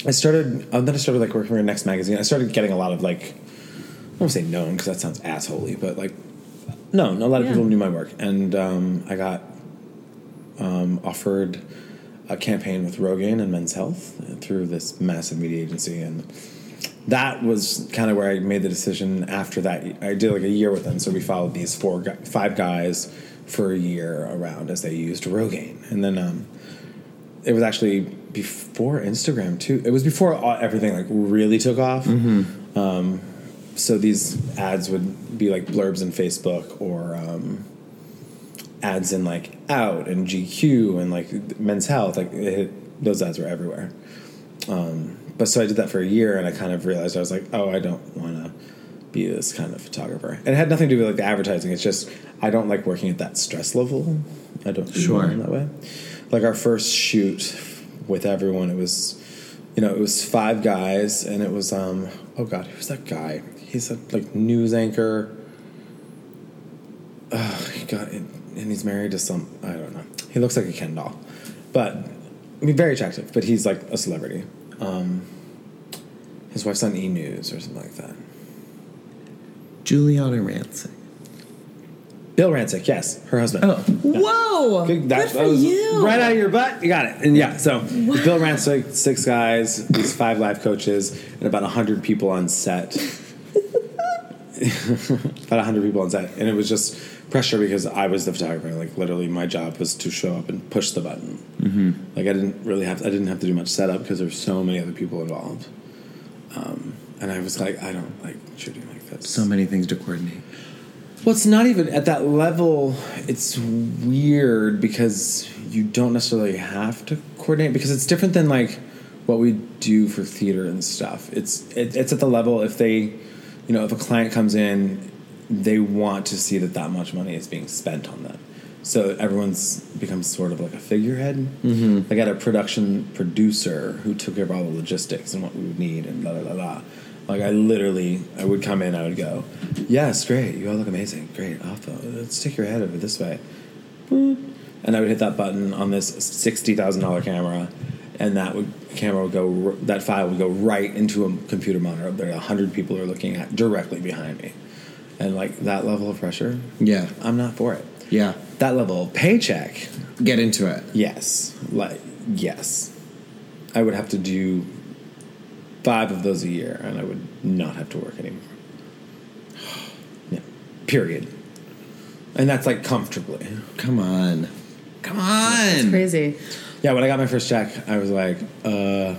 S4: I started uh, then I started like working for Next Magazine. I started getting a lot of like, I won't say known because that sounds assholey, but like, known. A lot of
S2: Yeah.
S4: people knew my work, and um, I got um, offered a campaign with Rogaine and Men's Health uh, through this massive media agency, and that was kind of where I made the decision. After that, I did like a year with them, so we followed these four, gu- five guys for a year around as they used Rogaine, and then um, it was actually before Instagram too. It was before all, everything like really took off. Um, so these ads would be like blurbs in Facebook or um, ads in like Out and GQ and like Men's Health. Like it, those ads were everywhere. Um, but so I did that for a year, and I kind of realized I was like, oh, I don't want to be this kind of photographer. And it had nothing to do with like the advertising. It's just I don't like working at that stress level. I don't
S1: Sure.
S4: sure in that way. Like our first shoot with everyone, it was you know it was five guys, and it was um oh god, who's that guy? He's a like news anchor. Ugh, God, and and he's married to some. I don't know. He looks like a Ken doll, but I mean, very attractive. But he's like a celebrity. Um, his wife's on E News or something like that.
S1: Juliana Rancic.
S4: Bill Rancic, yes, her husband.
S1: Oh,
S2: Whoa! Good
S4: Good, that, that
S2: for
S4: was
S2: you.
S4: right out of your butt. You got it. And yeah, so Bill Rancic, six guys, these five life coaches, and about hundred people on set. about hundred people on set, and it was just pressure because I was the photographer. Like literally, my job was to show up and push the button.
S1: Mm-hmm.
S4: Like I didn't really have, I didn't have to do much setup because there's so many other people involved. Um, and I was like, I don't like shooting like this.
S1: So many things to coordinate.
S4: Well, it's not even at that level. It's weird because you don't necessarily have to coordinate because it's different than like what we do for theater and stuff. It's it, it's at the level if they, you know, if a client comes in, they want to see that that much money is being spent on them. So everyone's becomes sort of like a figurehead.
S1: Mm-hmm.
S4: I got a production producer who took care of all the logistics and what we would need and la la la la. Like I literally, I would come in, I would go, "Yes, great, you all look amazing, great, awesome. Let's take your head over this way," Boop. and I would hit that button on this sixty thousand dollar camera, and that would camera would go, r- that file would go right into a computer monitor up there. A hundred people are looking at directly behind me, and like that level of pressure,
S1: Yeah.
S4: I'm not for it.
S1: Yeah.
S4: That level of paycheck,
S1: Get into it.
S4: Yes. Like yes. I would have to do five of those a year and I would not have to work anymore. Yeah. Period. And that's like comfortably.
S1: Come on. Come on.
S2: Crazy.
S4: Yeah, when I got my first check, I was like, uh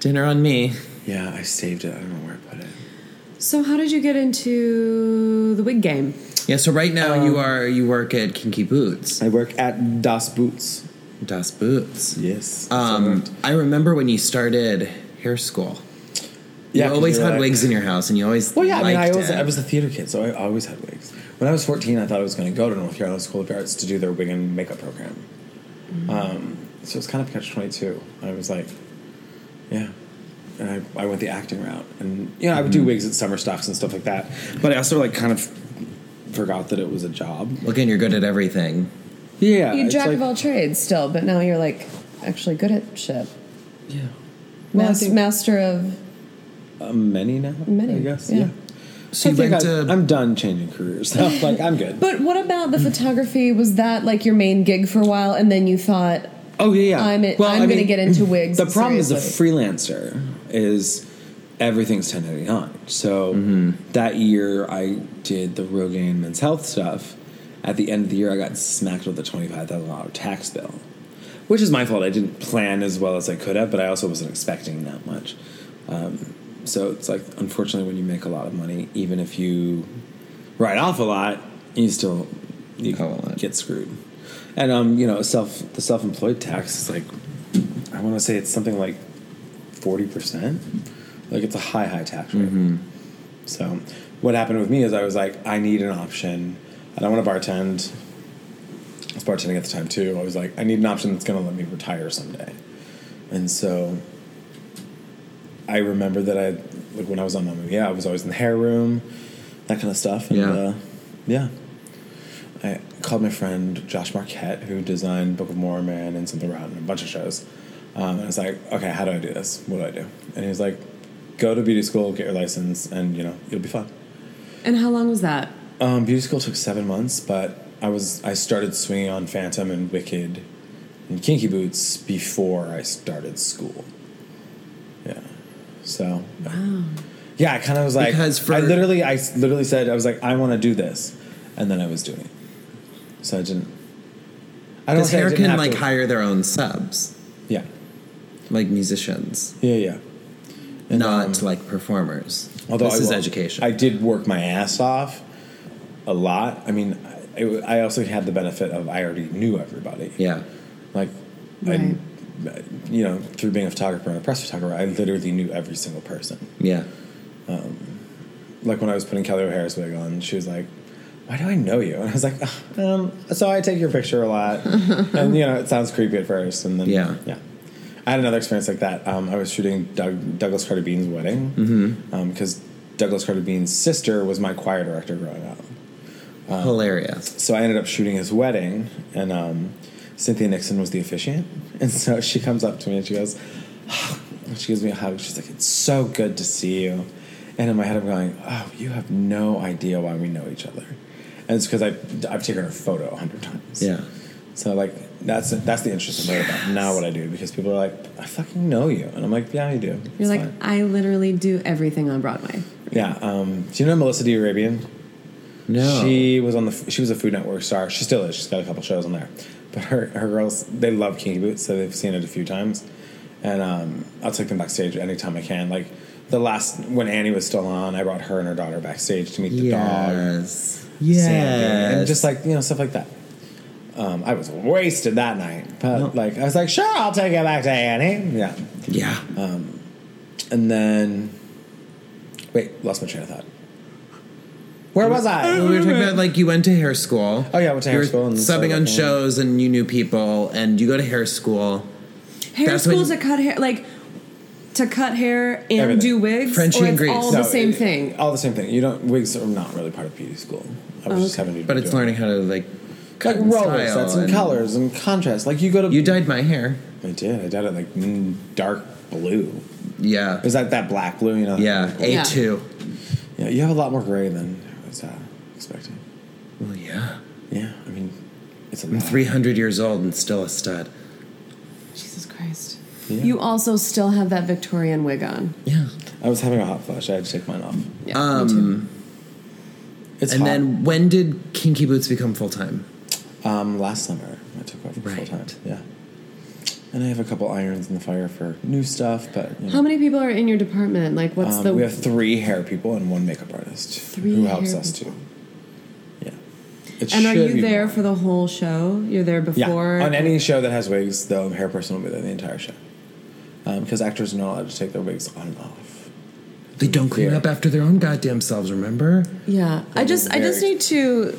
S1: Dinner on me.
S4: yeah, I saved it. I don't know where I put it.
S2: So, how did you get into the wig game?
S1: Yeah, so right now you
S4: Um,
S1: are you work at Kinky Boots.
S4: I work at Das Boots.
S1: Das Boots.
S4: Yes.
S1: Um, I remember when you started hair school.
S4: Yeah,
S1: you
S4: 'cause
S1: always
S4: you were
S1: had
S4: like-
S1: wigs in your house, and you always
S4: Well, yeah, I mean,
S1: liked
S4: I always
S1: it.
S4: I was a theater kid, so I always had wigs. When I was 14, I thought I was going to go to North Carolina School of the Arts to do their wig and makeup program. Um, so it's kind of catch 22. I was like, yeah. And I, I went the acting route. And, you know, I would do wigs at summer stocks and stuff like that. But I also, like, kind of forgot that it was a job.
S1: Well, again, you're good at everything.
S4: Yeah.
S2: you
S4: it's
S2: jack
S4: like-
S2: of all trades still, but now you're like actually good at shit.
S4: Yeah. Well, I
S2: Mas-
S4: think-
S2: master of
S4: Uh, many now.
S2: Many,
S4: I guess.
S2: yeah.
S4: Yeah.
S1: So
S4: I
S1: you
S4: think
S1: went
S4: I,
S1: to
S4: I'm done changing careers. like, I'm good.
S2: But what about the photography? Was that like your main gig for a while, and then you thought,
S4: Oh yeah, yeah.
S2: I'm- I'm gonna get into wigs
S4: The problem is a
S2: seriously.
S4: freelancer is everything's 1099. So
S1: Mm-hmm.
S4: that year I did the Rogaine Men's Health stuff. At the end of the year, I got smacked with a twenty five thousand dollar tax bill, which is my fault. I didn't plan as well as I could have, but I also wasn't expecting that much. Um, so it's like unfortunately, when you make a lot of money, even if you write off a lot, you still you
S1: Oh, a lot.
S4: get screwed. And um, you know, self the self employed tax is like I want to say it's something like forty percent. Like it's a high high tax rate. So what happened with me is I was like, I need an option. I don't want to bartend. I was bartending at the time too. I was like, I need an option that's going to let me retire someday. And so I remember that I, like when I was on Mamma Mia, I was always in the hair room, that kind of stuff. And,
S1: Yeah.
S4: Uh, yeah. I called my friend Josh Marquette, who designed Book of Mormon and Something Rotten and a bunch of shows. Um, and I was like, okay, how do I do this? What do I do? And he was like, go to beauty school, get your license, and you know, you'll be fine.
S2: and how long was that?
S4: Um, beauty school took seven months, but I was I started swinging on Phantom and Wicked and Kinky Boots before I started school. Yeah, so
S2: Wow.
S4: yeah, I kind of was like
S1: Because for-
S4: I literally I s- literally said I was like I want to do this, and then I was doing it. So I didn't. I
S1: because
S4: say I
S1: hair
S4: didn't
S1: can
S4: have
S1: like
S4: to-
S1: hire their own subs,
S4: Yeah,
S1: like musicians,
S4: yeah, yeah. And, um,
S1: not like performers.
S4: Although
S1: this
S4: I
S1: is
S4: will-
S1: education.
S4: I did work my ass off a lot. I mean, I, it wa- I also had the benefit of I already knew everybody.
S1: yeah,
S4: Like,
S2: Right.
S4: I, you know, through being a photographer and a press photographer, I literally knew every single person. Um,
S1: yeah.
S4: Like when I was putting Kelly O'Hara's wig on, she was like, "Why do I know you?" And I was like, "Ah, um, "So I take your picture a lot, and you know, it sounds creepy at first, and then
S1: Yeah.
S4: yeah." I had another experience like that. Um, I was shooting Doug, Douglas Carter Bean's um, wedding because Douglas Carter Bean's sister was my choir director growing up. Hilarious. So I ended up shooting his wedding, and um, Cynthia Nixon was the officiant. And so she comes up to me and she goes, and she gives me a hug. She's like, it's so good to see you. And in my head, I'm going, oh, you have no idea why we know each other. And it's because I've, I've taken her photo a hundred times.
S1: Yeah.
S4: So like that's that's the interesting part about now what I do because people are like I fucking know you and I'm like yeah I do
S2: You're like, I literally do everything on Broadway.
S4: Yeah. Um, do you know Melissa D. Arabian? No. She was on the. She was a Food Network star. She still is. She's got a couple shows on there. But her, her girls, they love Kinky Boots, so they've seen it a few times. And um, I'll take them backstage anytime I can. Like the last when Annie was still on, I brought her and her daughter backstage to meet the
S1: Yes.
S4: dog.
S1: Yes.
S4: Sandy, and just like you know stuff like that. Um, I was wasted that night, but like I was like, sure, I'll take it back to Annie. Yeah.
S1: Yeah.
S4: Um, and then, wait, lost my train of thought. Where was I?
S1: We were talking about like you went to hair school. Oh
S4: yeah, I went to hair school and started
S1: subbing on
S4: working.
S1: shows, and you knew people, and you go to hair school.
S2: Hair
S1: That's
S2: school
S1: when-
S2: to cut hair, like to cut hair and
S4: Everything.
S2: do wigs, or it's all the
S4: No,
S2: same
S4: it-
S2: thing.
S4: All the same thing. You don't wigs are not really part of beauty school. I was just having to.
S1: But it's learning how to like cut
S4: like
S1: and
S4: roller
S1: style
S4: sets and,
S1: and-
S4: colors and contrast. Like you go to.
S1: You dyed my hair.
S4: I did. I dyed it like mm, dark blue.
S1: Yeah.
S4: Is that that black blue? You know.
S1: Yeah,
S4: Yeah.
S1: A2.
S4: Yeah, you have a lot more gray than I was uh, expecting.
S1: Well, Oh, yeah.
S4: Yeah, I mean, it's a
S1: I'm 300 years old and still a stud.
S2: Jesus Christ. You also still have that Victorian wig on.
S1: Yeah.
S4: I was having a hot flash. I had to take mine off.
S2: Yeah,
S1: um,
S4: It's
S1: and
S4: hot.
S1: then when did Kinky Boots become full time?
S4: Um, last summer I took over full time. Yeah. And I have a couple irons in the fire for new stuff, but you know.
S2: How many people are in your department? Like, what's
S4: Um,
S2: the?
S4: we have three hair people and one makeup artist
S2: Three
S4: who helps
S2: hair
S4: us too.
S2: people.
S4: Yeah. It
S2: and are
S4: should
S2: you
S4: be
S2: there
S4: more.
S2: for the whole show? You're there before.
S4: Yeah. On any show that has wigs, the hair person will be there the entire show. Because actors are not allowed to take their wigs on and off.
S1: They don't clean
S4: Yeah.
S1: up after their own goddamn selves, remember?
S2: Yeah, I just I just need to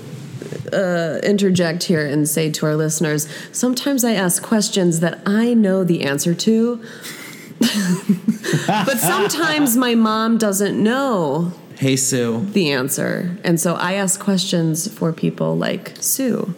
S2: uh, interject here and say to our listeners: sometimes I ask questions that I know the answer to, but sometimes my mom doesn't know
S1: Hey, Sue.
S2: the answer, and so I ask questions for people like Sue,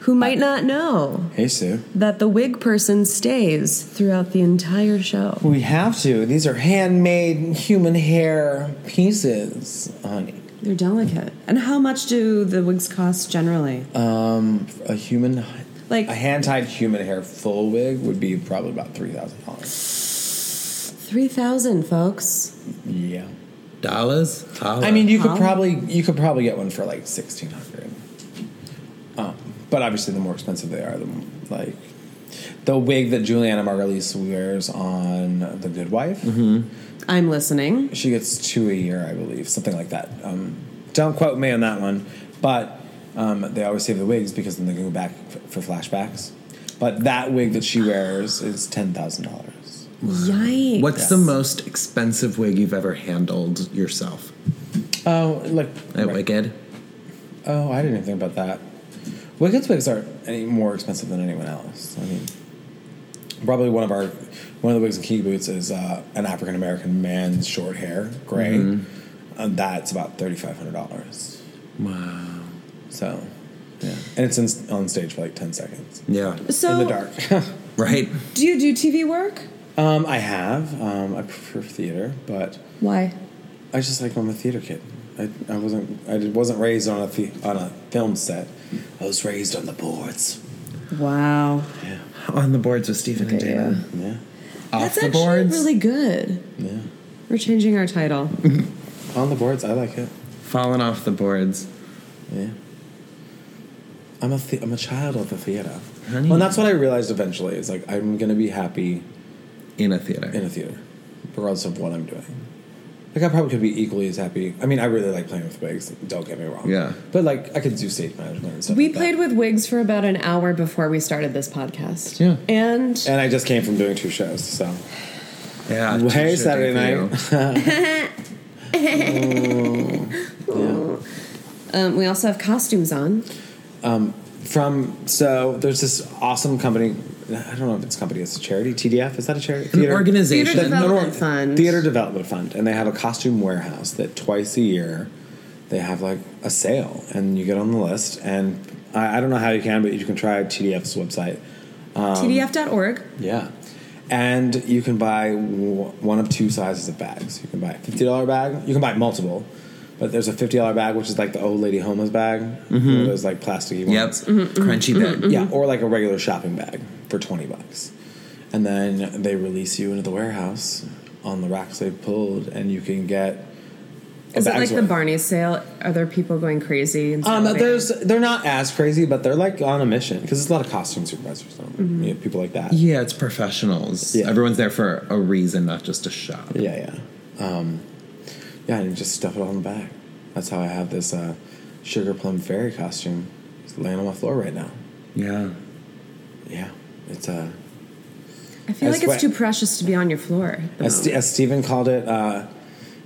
S2: who might not know
S4: Hey, Sue.
S2: that the wig person stays throughout the entire show.
S4: We have to. These are handmade human hair pieces, honey.
S2: They're delicate. And how much do the wigs cost generally?
S4: Um, a human,
S2: Like-
S4: a hand tied human hair full wig would be probably about three thousand dollars.
S2: Three thousand, folks.
S4: Yeah,
S1: Dollars?
S4: I mean you could
S2: Holla.
S4: probably you could probably get one for like sixteen hundred. Um, but obviously, the more expensive they are, the m- like the wig that Juliana Margulies wears on The Good Wife,
S2: I'm listening.
S4: she gets two a year, I believe, something like that. Um, don't quote me on that one, but um, they always save the wigs because then they can go back f- for flashbacks. But that wig that she wears is ten thousand dollars.
S2: Yikes.
S1: What's the most expensive wig you've ever handled yourself?
S4: Oh, like
S1: At
S4: right.
S1: Wicked?
S4: Oh, I didn't even think about that. Wicked's wigs aren't any more expensive than anyone else. I mean, probably one of our one of the wigs in Kinky Boots is uh, an African American man's short hair, gray,
S1: Mm-hmm.
S4: and that's about thirty five hundred dollars.
S1: Wow.
S4: So, yeah, and it's in, on stage for like ten seconds
S1: Yeah.
S4: in
S2: So,
S4: the dark.
S1: Right?
S2: do you do TV work?
S4: um, I have. Um, I prefer theater, but
S2: Why?
S4: I just like I'm a theater kid. I, I wasn't I wasn't raised on a the, on a film set. I was raised on the boards.
S2: Wow.
S1: On the boards with Stephen and
S2: Okay,
S1: Dana.
S4: Yeah.
S1: Off
S2: That's
S1: the
S2: actually
S1: boards?
S2: really good.
S4: Yeah.
S2: We're changing our title.
S4: On the boards, I like it.
S1: Falling off the boards.
S4: Yeah. I'm a th- I'm a child of the theater.
S1: Honey.
S4: Well, and that's what I realized eventually. Is like I'm gonna be happy
S1: In a theater.
S4: in a theater, regardless of what I'm doing. Like I probably could be equally as happy. I mean, I really like playing with wigs. Don't get me wrong.
S1: Yeah.
S4: But like I could do stage management and stuff.
S2: We
S4: like that.
S2: played with wigs for about an hour before we started this podcast.
S1: Yeah.
S2: And
S4: And I just came from doing two shows, so.
S1: yeah.
S4: Hey,
S1: teacher
S4: Saturday
S1: day for
S4: night.
S1: you.
S2: um, we also have costumes on.
S4: from so there's this awesome company. I don't know if it's a company. It's a charity. TDF is that a charity?
S1: An organization.
S2: Theater
S4: No, no,
S2: Development Fund.
S4: Theater Development Fund, and they have a costume warehouse that twice a year they have like a sale and you get on the list. And I, I don't know how you can, but you can try TDF's website. Um,
S2: TDF.org.
S4: Yeah. And you can buy w- one of two sizes of bags. You can buy a $50 bag, you can buy multiple. But there's a $50 bag, which is like the old lady homeless bag. One of those like plasticky ones.
S1: Mm-hmm.
S7: Mm-hmm,
S1: Yep.
S4: Mm-hmm,
S1: Mhm, mhm, Crunchy bag. mhm.
S4: Yeah, or like a regular shopping bag for 20 bucks. And then they release you into the warehouse on the racks they've pulled, and you can get. a
S7: Is it like
S4: bag's
S7: the
S4: worth.
S7: Barney sale? Are there people going crazy? And
S4: Um,
S7: stuff?
S4: there's they're not as crazy, but they're like on a mission because there's a lot of costume supervisors, and
S7: Mhm.
S4: you know, people like that.
S1: Yeah, it's professionals. Everyone's there for a reason, not just to shop.
S4: Yeah, yeah. Um, yeah, and you just stuff it all in the back. That's how I have this uh, sugar plum fairy costume It's laying on my floor right now.
S1: Yeah.
S4: Yeah. It's uh,
S7: I feel
S4: I
S7: like
S4: swear-
S7: it's too precious to be on your floor. at the
S4: as, Ste
S7: moment.
S4: as Steven called it, uh,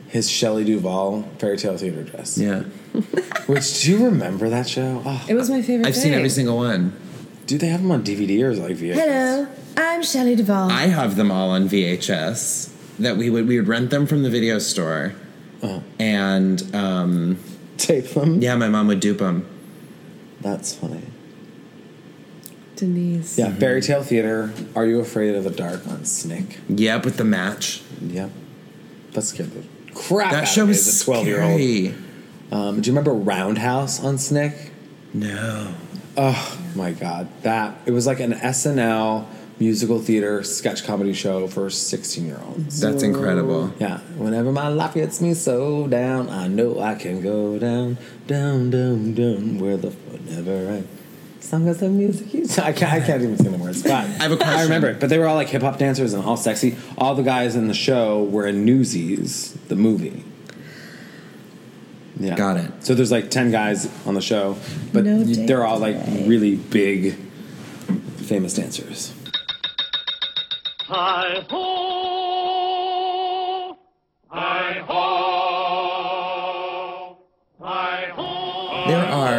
S4: his Shelley Duvall fairy tale theater dress.
S1: Yeah.
S4: Which, do you remember that show? Oh,
S7: It was my favorite. thing.
S1: single one.
S4: Do they have them on DVD or is it like VHS?
S7: Hello, I'm Shelley Duvall.
S1: I have them all on VHS that we would we would rent them from the video store
S4: Oh.
S1: and um,
S4: tape them.
S1: Yeah, my mom would dupe them.
S4: That's funny.
S7: Denise.
S4: Yeah, fairy tale theater. Are you afraid of the dark on Snick?
S1: Yep, with the match.
S4: Yep. That scared the crap.
S1: That
S4: out
S1: show
S4: of me
S1: was
S4: as a twelve year
S1: scary.
S4: old. Um, do you remember Roundhouse on Snick?
S1: No.
S4: Oh my god, that it was like an SNL musical theater sketch comedy show for sixteen year olds.
S1: That's incredible.
S4: Yeah. Whenever my life gets me so down, I know I can go down, down, down, down, where the foot never ends. Song of the music. you- I can't, I can't even sing the words. But I
S1: have a question.
S4: remember it. But they were all like hip hop dancers and all sexy. All the guys in the show were in Newsies, the movie. Yeah.
S1: Got it.
S4: So there's like 10 guys on the show, but
S2: No
S4: you- they're all like
S2: date
S4: really big, famous dancers.
S3: Hi ho! Hi ho! Hi ho!
S1: There are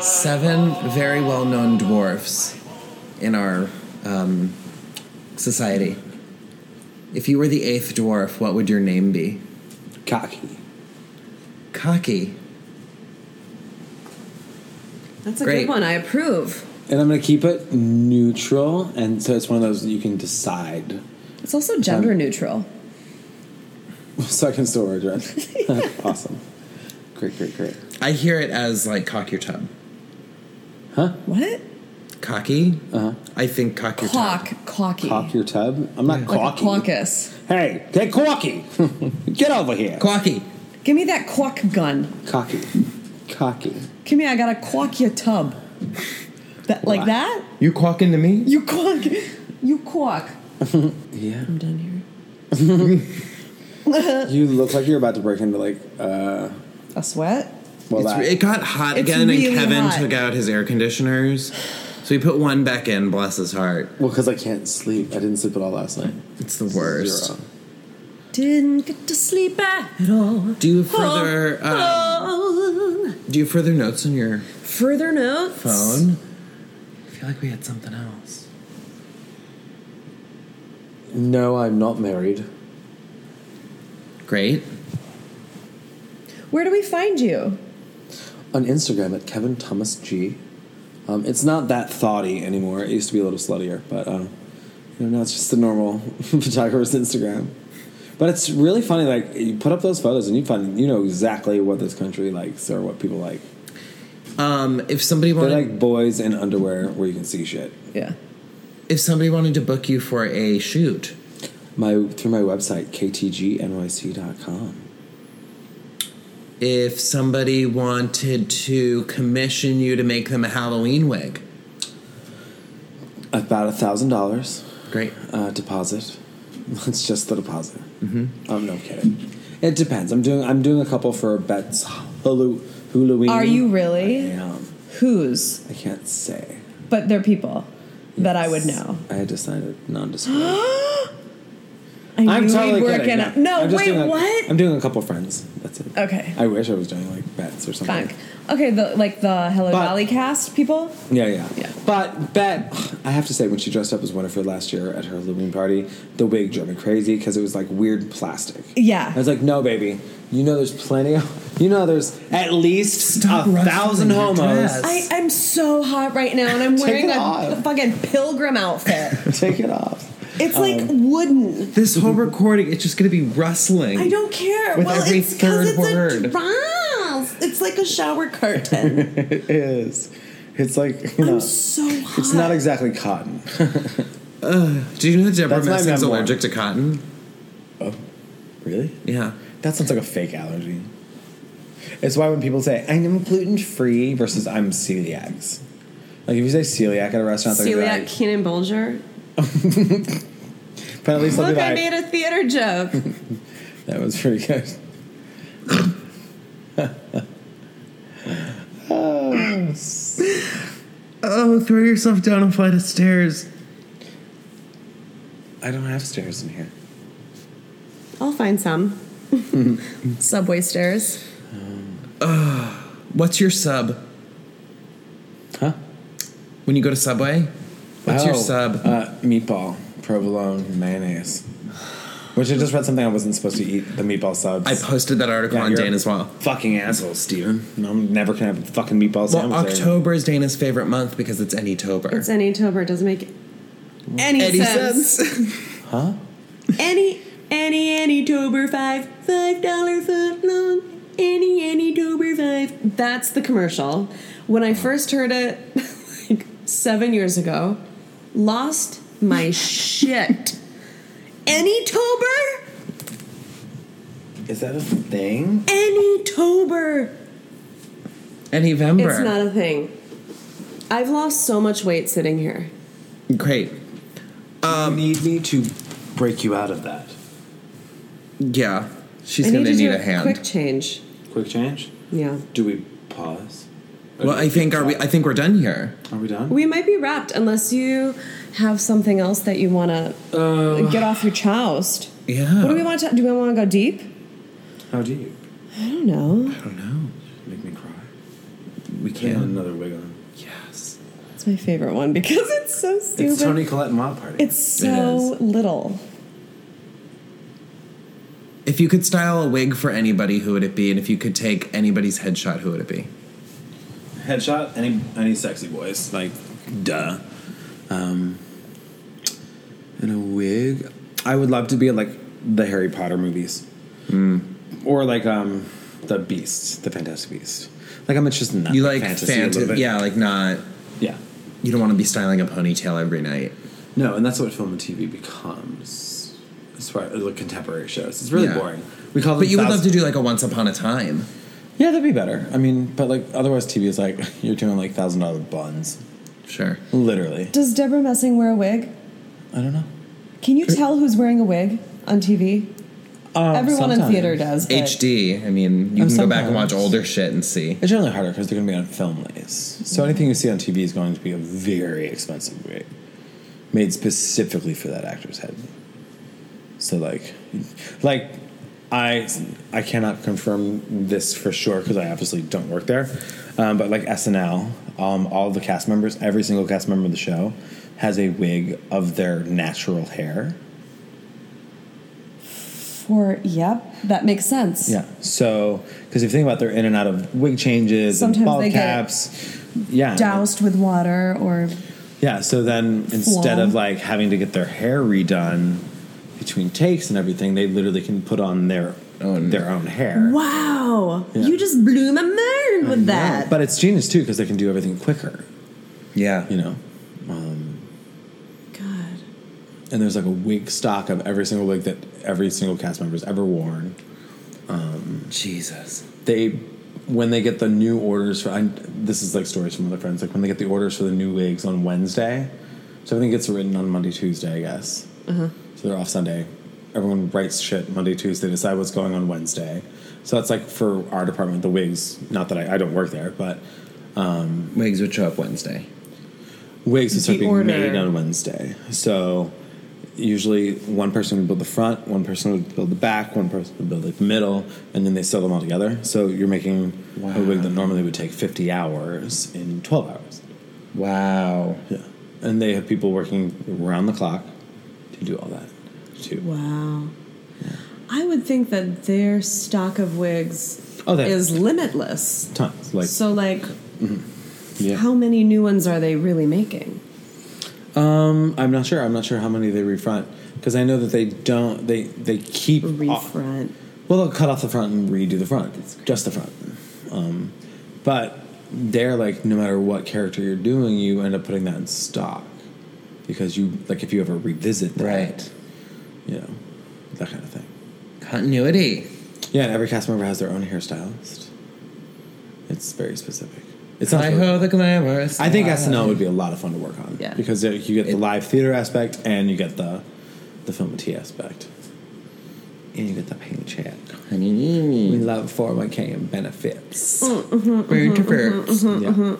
S1: seven very well known dwarfs in our um, society. If you were the eighth dwarf, what would your name be?
S4: Cocky.
S1: Cocky.
S2: That's a
S4: Great.
S2: good one. I approve.
S4: And I'm going to keep it neutral. And so it's one of those that you can decide.
S2: It's also gender neutral.
S4: So I can still wear a dress. awesome. Great, great, great.
S1: I hear it as like cock your tub.
S4: Huh?
S2: What?
S1: Cocky? Uh huh. I think cock your tub.
S2: Clock, cocky.
S4: Uh-huh. Cock your tub? I'm not
S2: Like a
S4: cocky.
S2: caucus.
S4: Hey, get cocky. get over here.
S1: Cocky.
S2: Give me that quack gun.
S4: Cocky. Cocky.
S2: Give me, I got to quack your tub. That, like
S4: Wow.
S2: that?
S1: You quack into me?
S2: You quack. You quack.
S4: Yeah.
S2: I'm done here.
S4: You look like you're about to break into like, uh,
S2: A sweat?
S4: well,
S1: It's-
S4: that.
S1: it got hot
S2: It's
S1: again,
S2: really
S1: and Kevin
S2: hot.
S1: took out his air conditioners. So he put one back in, bless his heart.
S4: well, because I can't sleep. I didn't sleep at all last night.
S1: It's the worst.
S4: Zero.
S2: Didn't get to sleep at all.
S1: Do you further uh,
S2: Oh.
S1: do you further notes on your
S2: Further notes.
S1: phone? I feel like we had something else.
S4: No, I'm not married.
S1: Great.
S2: Where do we find you?
S4: On Instagram at Kevin Thomas G. Um, it's not that thoughty anymore. It used to be a little sluttier, but um, you know, now it's just the normal photographer's Instagram. But it's really funny. Like you put up those photos, and you find you know exactly what this country likes or what people like.
S1: Um, if somebody
S4: They're
S1: wanted
S4: like boys in underwear where you can see shit.
S2: Yeah.
S1: if somebody wanted to book you for a shoot,
S4: My through my website ktgnyc.com.
S1: if somebody wanted to commission you to make them a Halloween wig.
S4: About a thousand dollars.
S1: Great.
S4: Uh, deposit. It's just the deposit. Mm-hmm. I'm no kidding. It depends. I'm doing. I'm doing a couple for bets. Hulu, Halloween.
S2: Are you really?
S4: Yeah.
S2: Whose?
S4: I can't say.
S2: But they're people that I would know.
S4: I had to sign a non-disclosure.
S2: I
S4: I'm
S2: knew
S4: totally
S2: we'd work
S4: kidding.
S2: in a- No,
S4: I'm just
S2: wait,
S4: doing a-
S2: what?
S4: I'm doing a couple friends. That's it.
S2: Okay.
S4: I wish I was doing like bets or something.
S2: Fuck. Okay, the like the Hello
S4: But-
S2: Dolly cast people.
S4: Yeah, yeah,
S2: Yeah.
S4: But Bet, I have to say, when she dressed up as Winifred last year at her Halloween party, the wig drove me crazy because it was like weird plastic.
S2: Yeah.
S4: I was like, no, baby, you know there's plenty of, you know there's at least a thousand homos.
S2: I, I'm so hot right now, and I'm
S4: Take
S2: wearing
S4: it
S2: a,
S4: off. Um,
S2: a fucking pilgrim outfit.
S4: Take it off.
S2: It's like wooden.
S1: This whole recording, it's just going to be rustling.
S2: I don't care.
S1: With
S2: well,
S1: every
S2: it's
S1: third
S2: because it's a
S1: word.
S2: dress. It's like a shower curtain.
S4: it is. It's like, you know.
S2: so hot.
S4: It's not exactly cotton.
S1: Ugh. do you know that Deborah
S4: That's my
S1: Messing's
S4: memoir. Oh,
S1: allergic to cotton?
S4: Really?
S1: Yeah.
S4: That sounds like a fake allergy. It's why when people say I'm gluten free versus I'm celiacs, like if you say celiac at a restaurant, they're gonna be
S8: Celiac Keenan Bolger.
S4: like, but at least they'll
S8: Look,
S4: be
S8: I
S4: like,
S8: made a theater joke.
S4: that was pretty good. oh,
S1: Oh, throw yourself down a flight of stairs.
S4: I don't have stairs in here.
S2: I'll find some. Subway stairs.
S1: Ugh. What's your sub?
S4: Huh?
S1: When you go to Subway? What's your
S4: Oh,
S1: sub?
S4: Uh, meatball, provolone, mayonnaise. Which I just read something I wasn't supposed to eat the meatball subs.
S1: I posted that article on
S4: you're
S1: Dane as well.
S4: Fucking asshole, Steven. No, I'm never gonna have a fucking meatball
S1: well,
S4: sandwich. there.
S1: October is Dana's favorite month because it's Anytober.
S8: It's any Tober. It doesn't make any,
S1: Any
S8: sense.
S4: Huh?
S8: any, any, any Tober five. Five dollar foot long. Any, any Tober five.
S2: That's the commercial. When I first heard it, like seven years ago, lost my shit. Any Tober?
S4: Is that a thing?
S2: Any Tober?
S1: Anyvember.
S2: It's not a thing. I've lost so much weight sitting here.
S1: Great.
S4: Um, you need me to break you out of that.
S1: Yeah. She's
S2: I
S1: going to
S2: to
S1: need
S2: do
S1: a hand.
S2: Quick change.
S4: Quick change.
S2: Yeah.
S4: Do we pause?
S1: well, I think are we I think we're done here.
S4: Are we done?
S2: We might be wrapped unless you have something else that you want to get off your choust.
S1: Yeah.
S2: What do we want to? Do we want to go deep?
S4: How do you?
S2: I don't know.
S1: I don't know.
S4: Make me cry.
S1: We
S4: Put
S1: can.
S4: another wig on.
S1: Yes.
S2: It's my favorite one because it's so stupid.
S4: It's Tony Collette and Wild Party.
S2: It's so little.
S1: If you could style a wig for anybody, who would it be? And if you could take anybody's headshot, who would it be?
S4: Headshot. Any any sexy boys? Like, duh. Um, and a wig. I would love to be in, like the Harry Potter movies,
S1: Hmm.
S4: or like um, the Beast, the Fantastic Beast. Like I'm just not
S1: you like
S4: fantasy a
S1: fantasy,
S4: little bit.
S1: yeah, like not.
S4: Yeah.
S1: You don't want to be styling a ponytail every night.
S4: No, and that's what film and TV becomes. As far as like contemporary shows, it's really
S1: Yeah.
S4: boring. We call them.
S1: But you would love
S4: thousand-
S1: to do like a Once Upon a Time.
S4: Yeah, that'd be better. I mean, but like otherwise, TV is like you're doing like thousand dollar buns.
S1: Sure.
S4: Literally.
S2: Does Deborah Messing wear a wig?
S4: I don't know.
S2: Can you tell who's wearing a wig on TV?
S4: Um,
S2: Everyone in
S4: sometimes.
S2: theater does. but-
S1: HD. I mean, you
S4: And
S1: can go back and
S4: sometimes-
S1: watch older shit and see.
S4: It's generally harder because they're going to be on film lays. So anything you see on TV is going to be a very expensive wig, made specifically for that actor's head. So like, like I I cannot confirm this for sure because I obviously don't work there, um, but like SNL, um, all the cast members, every single cast member of the show, has a wig of their natural hair.
S2: For yep, that makes sense.
S4: Yeah. So because if you think about, it, they're in and out of wig changes, and
S2: Sometimes
S4: ball
S2: they get
S4: caps. Yeah.
S2: Doused with water or
S4: Yeah, so then instead
S2: Flaw.
S4: of like having to get their hair redone between takes and everything, they literally can put on their own their own hair.
S2: wow,
S4: Yeah.
S2: you just blew my mind with that.
S4: But it's genius too because they can do everything quicker,
S1: Yeah.
S4: you know. Um, God. And there's like a wig stock of every single wig that every single cast member's ever worn. Um,
S1: Jesus.
S4: They when they get the new orders for I, this is like stories from other friends like when they get the orders for the new wigs on Wednesday, so everything gets written on Monday Tuesday I guess.
S9: Uh-huh.
S4: So they're off Sunday. Everyone writes shit Monday, Tuesday, decide what's going on Wednesday. So that's like for our department, the wigs. Not that I, I don't work there, but um,
S1: wigs would show up Wednesday.
S4: Wigs would start
S1: The
S4: being
S1: order.
S4: made on Wednesday. So usually one person would build the front, one person would build the back, one person would build like the middle, and then they sew them all together. So you're making a wig that normally would take 50 hours in 12 hours. Wow. Yeah. And they have people working around the clock to do all that, too.
S2: Wow. I would think that their stock of wigs
S4: Oh, they-
S2: is limitless.
S4: Tons. Like,
S2: so, like,
S4: Mhm. yeah.
S2: how many new ones are they really making?
S4: Um, I'm not sure. I'm not sure how many they refront because I know that they don't. They they keep refront. well, they'll cut off the front and redo the front, just the front. Um, but they're like, no matter what character you're doing, you end up putting that in stock because you like if you ever revisit that, right? You know, that kind of thing.
S10: Continuity.
S4: Yeah, and every cast member has their own hairstylist. It's very specific. It's not.
S10: I hope the glamorous.
S4: I think
S10: guy.
S4: SNL would be a lot of fun to work on.
S10: Yeah.
S4: Because uh, you get the live theater aspect and you get the the film and tea aspect. And you get the paint check. We love 401k and benefits. Very different.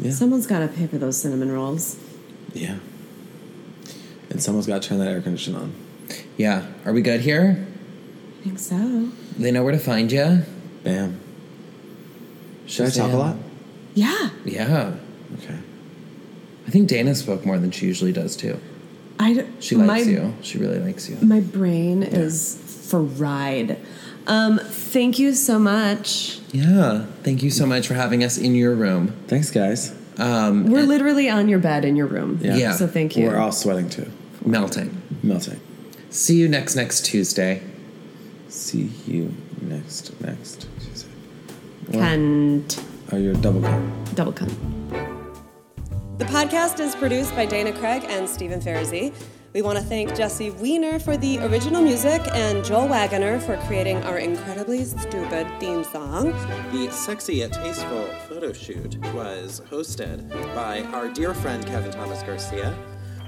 S4: Yeah.
S2: Someone's got to pay for those cinnamon rolls.
S4: Yeah. And someone's got to turn that air conditioner on.
S10: Yeah. Are we good here?
S2: I think so.
S10: They know where to find you.
S4: Bam. Should I talk a lot?
S2: Yeah,
S10: Yeah.
S4: Okay.
S10: I think Dana spoke more than she usually does too.
S2: I. d-
S10: She likes
S2: my,
S10: you. She really likes you.
S2: My brain is fried. Um, thank you so much.
S10: Yeah. Thank you so much for having us in your room.
S4: Thanks, guys.
S10: Um,
S2: We're literally on your bed in your room.
S10: Yeah. Yeah.
S2: So thank you.
S4: Mm, We're all sweating too.
S10: melting.
S4: Melting.
S10: See you next next Tuesday.
S4: See you next, next Tuesday.
S2: Cunt.
S4: Oh, you're a double cunt.
S2: Double cunt.
S11: The podcast is produced by Dana Craig and Stephen Ferrazzi. We want to thank Jesse Weiner for the original music and Joel Wagoner for creating our incredibly stupid theme song.
S1: The sexy yet tasteful photo shoot was hosted by our dear friend Kevin Thomas Garcia.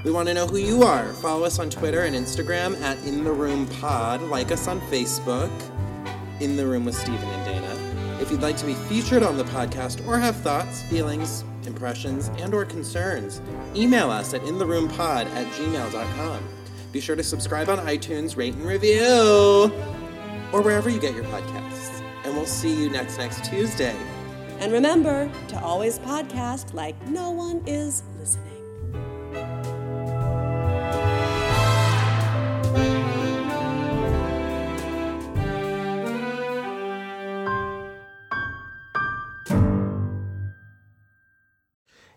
S1: We want to know who you are. Follow us on Twitter and Instagram at In the Room Pod. Like us on Facebook, In the Room with Stephen and Dana. If you'd like to be featured on the podcast or have thoughts, feelings, impressions, and/or concerns, email us at intheroompod at gmail.com. Be sure to subscribe on iTunes, rate and review, or wherever you get your podcasts. And we'll see you next next Tuesday.
S11: And remember to always podcast like no one is listening.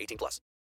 S12: 18 plus.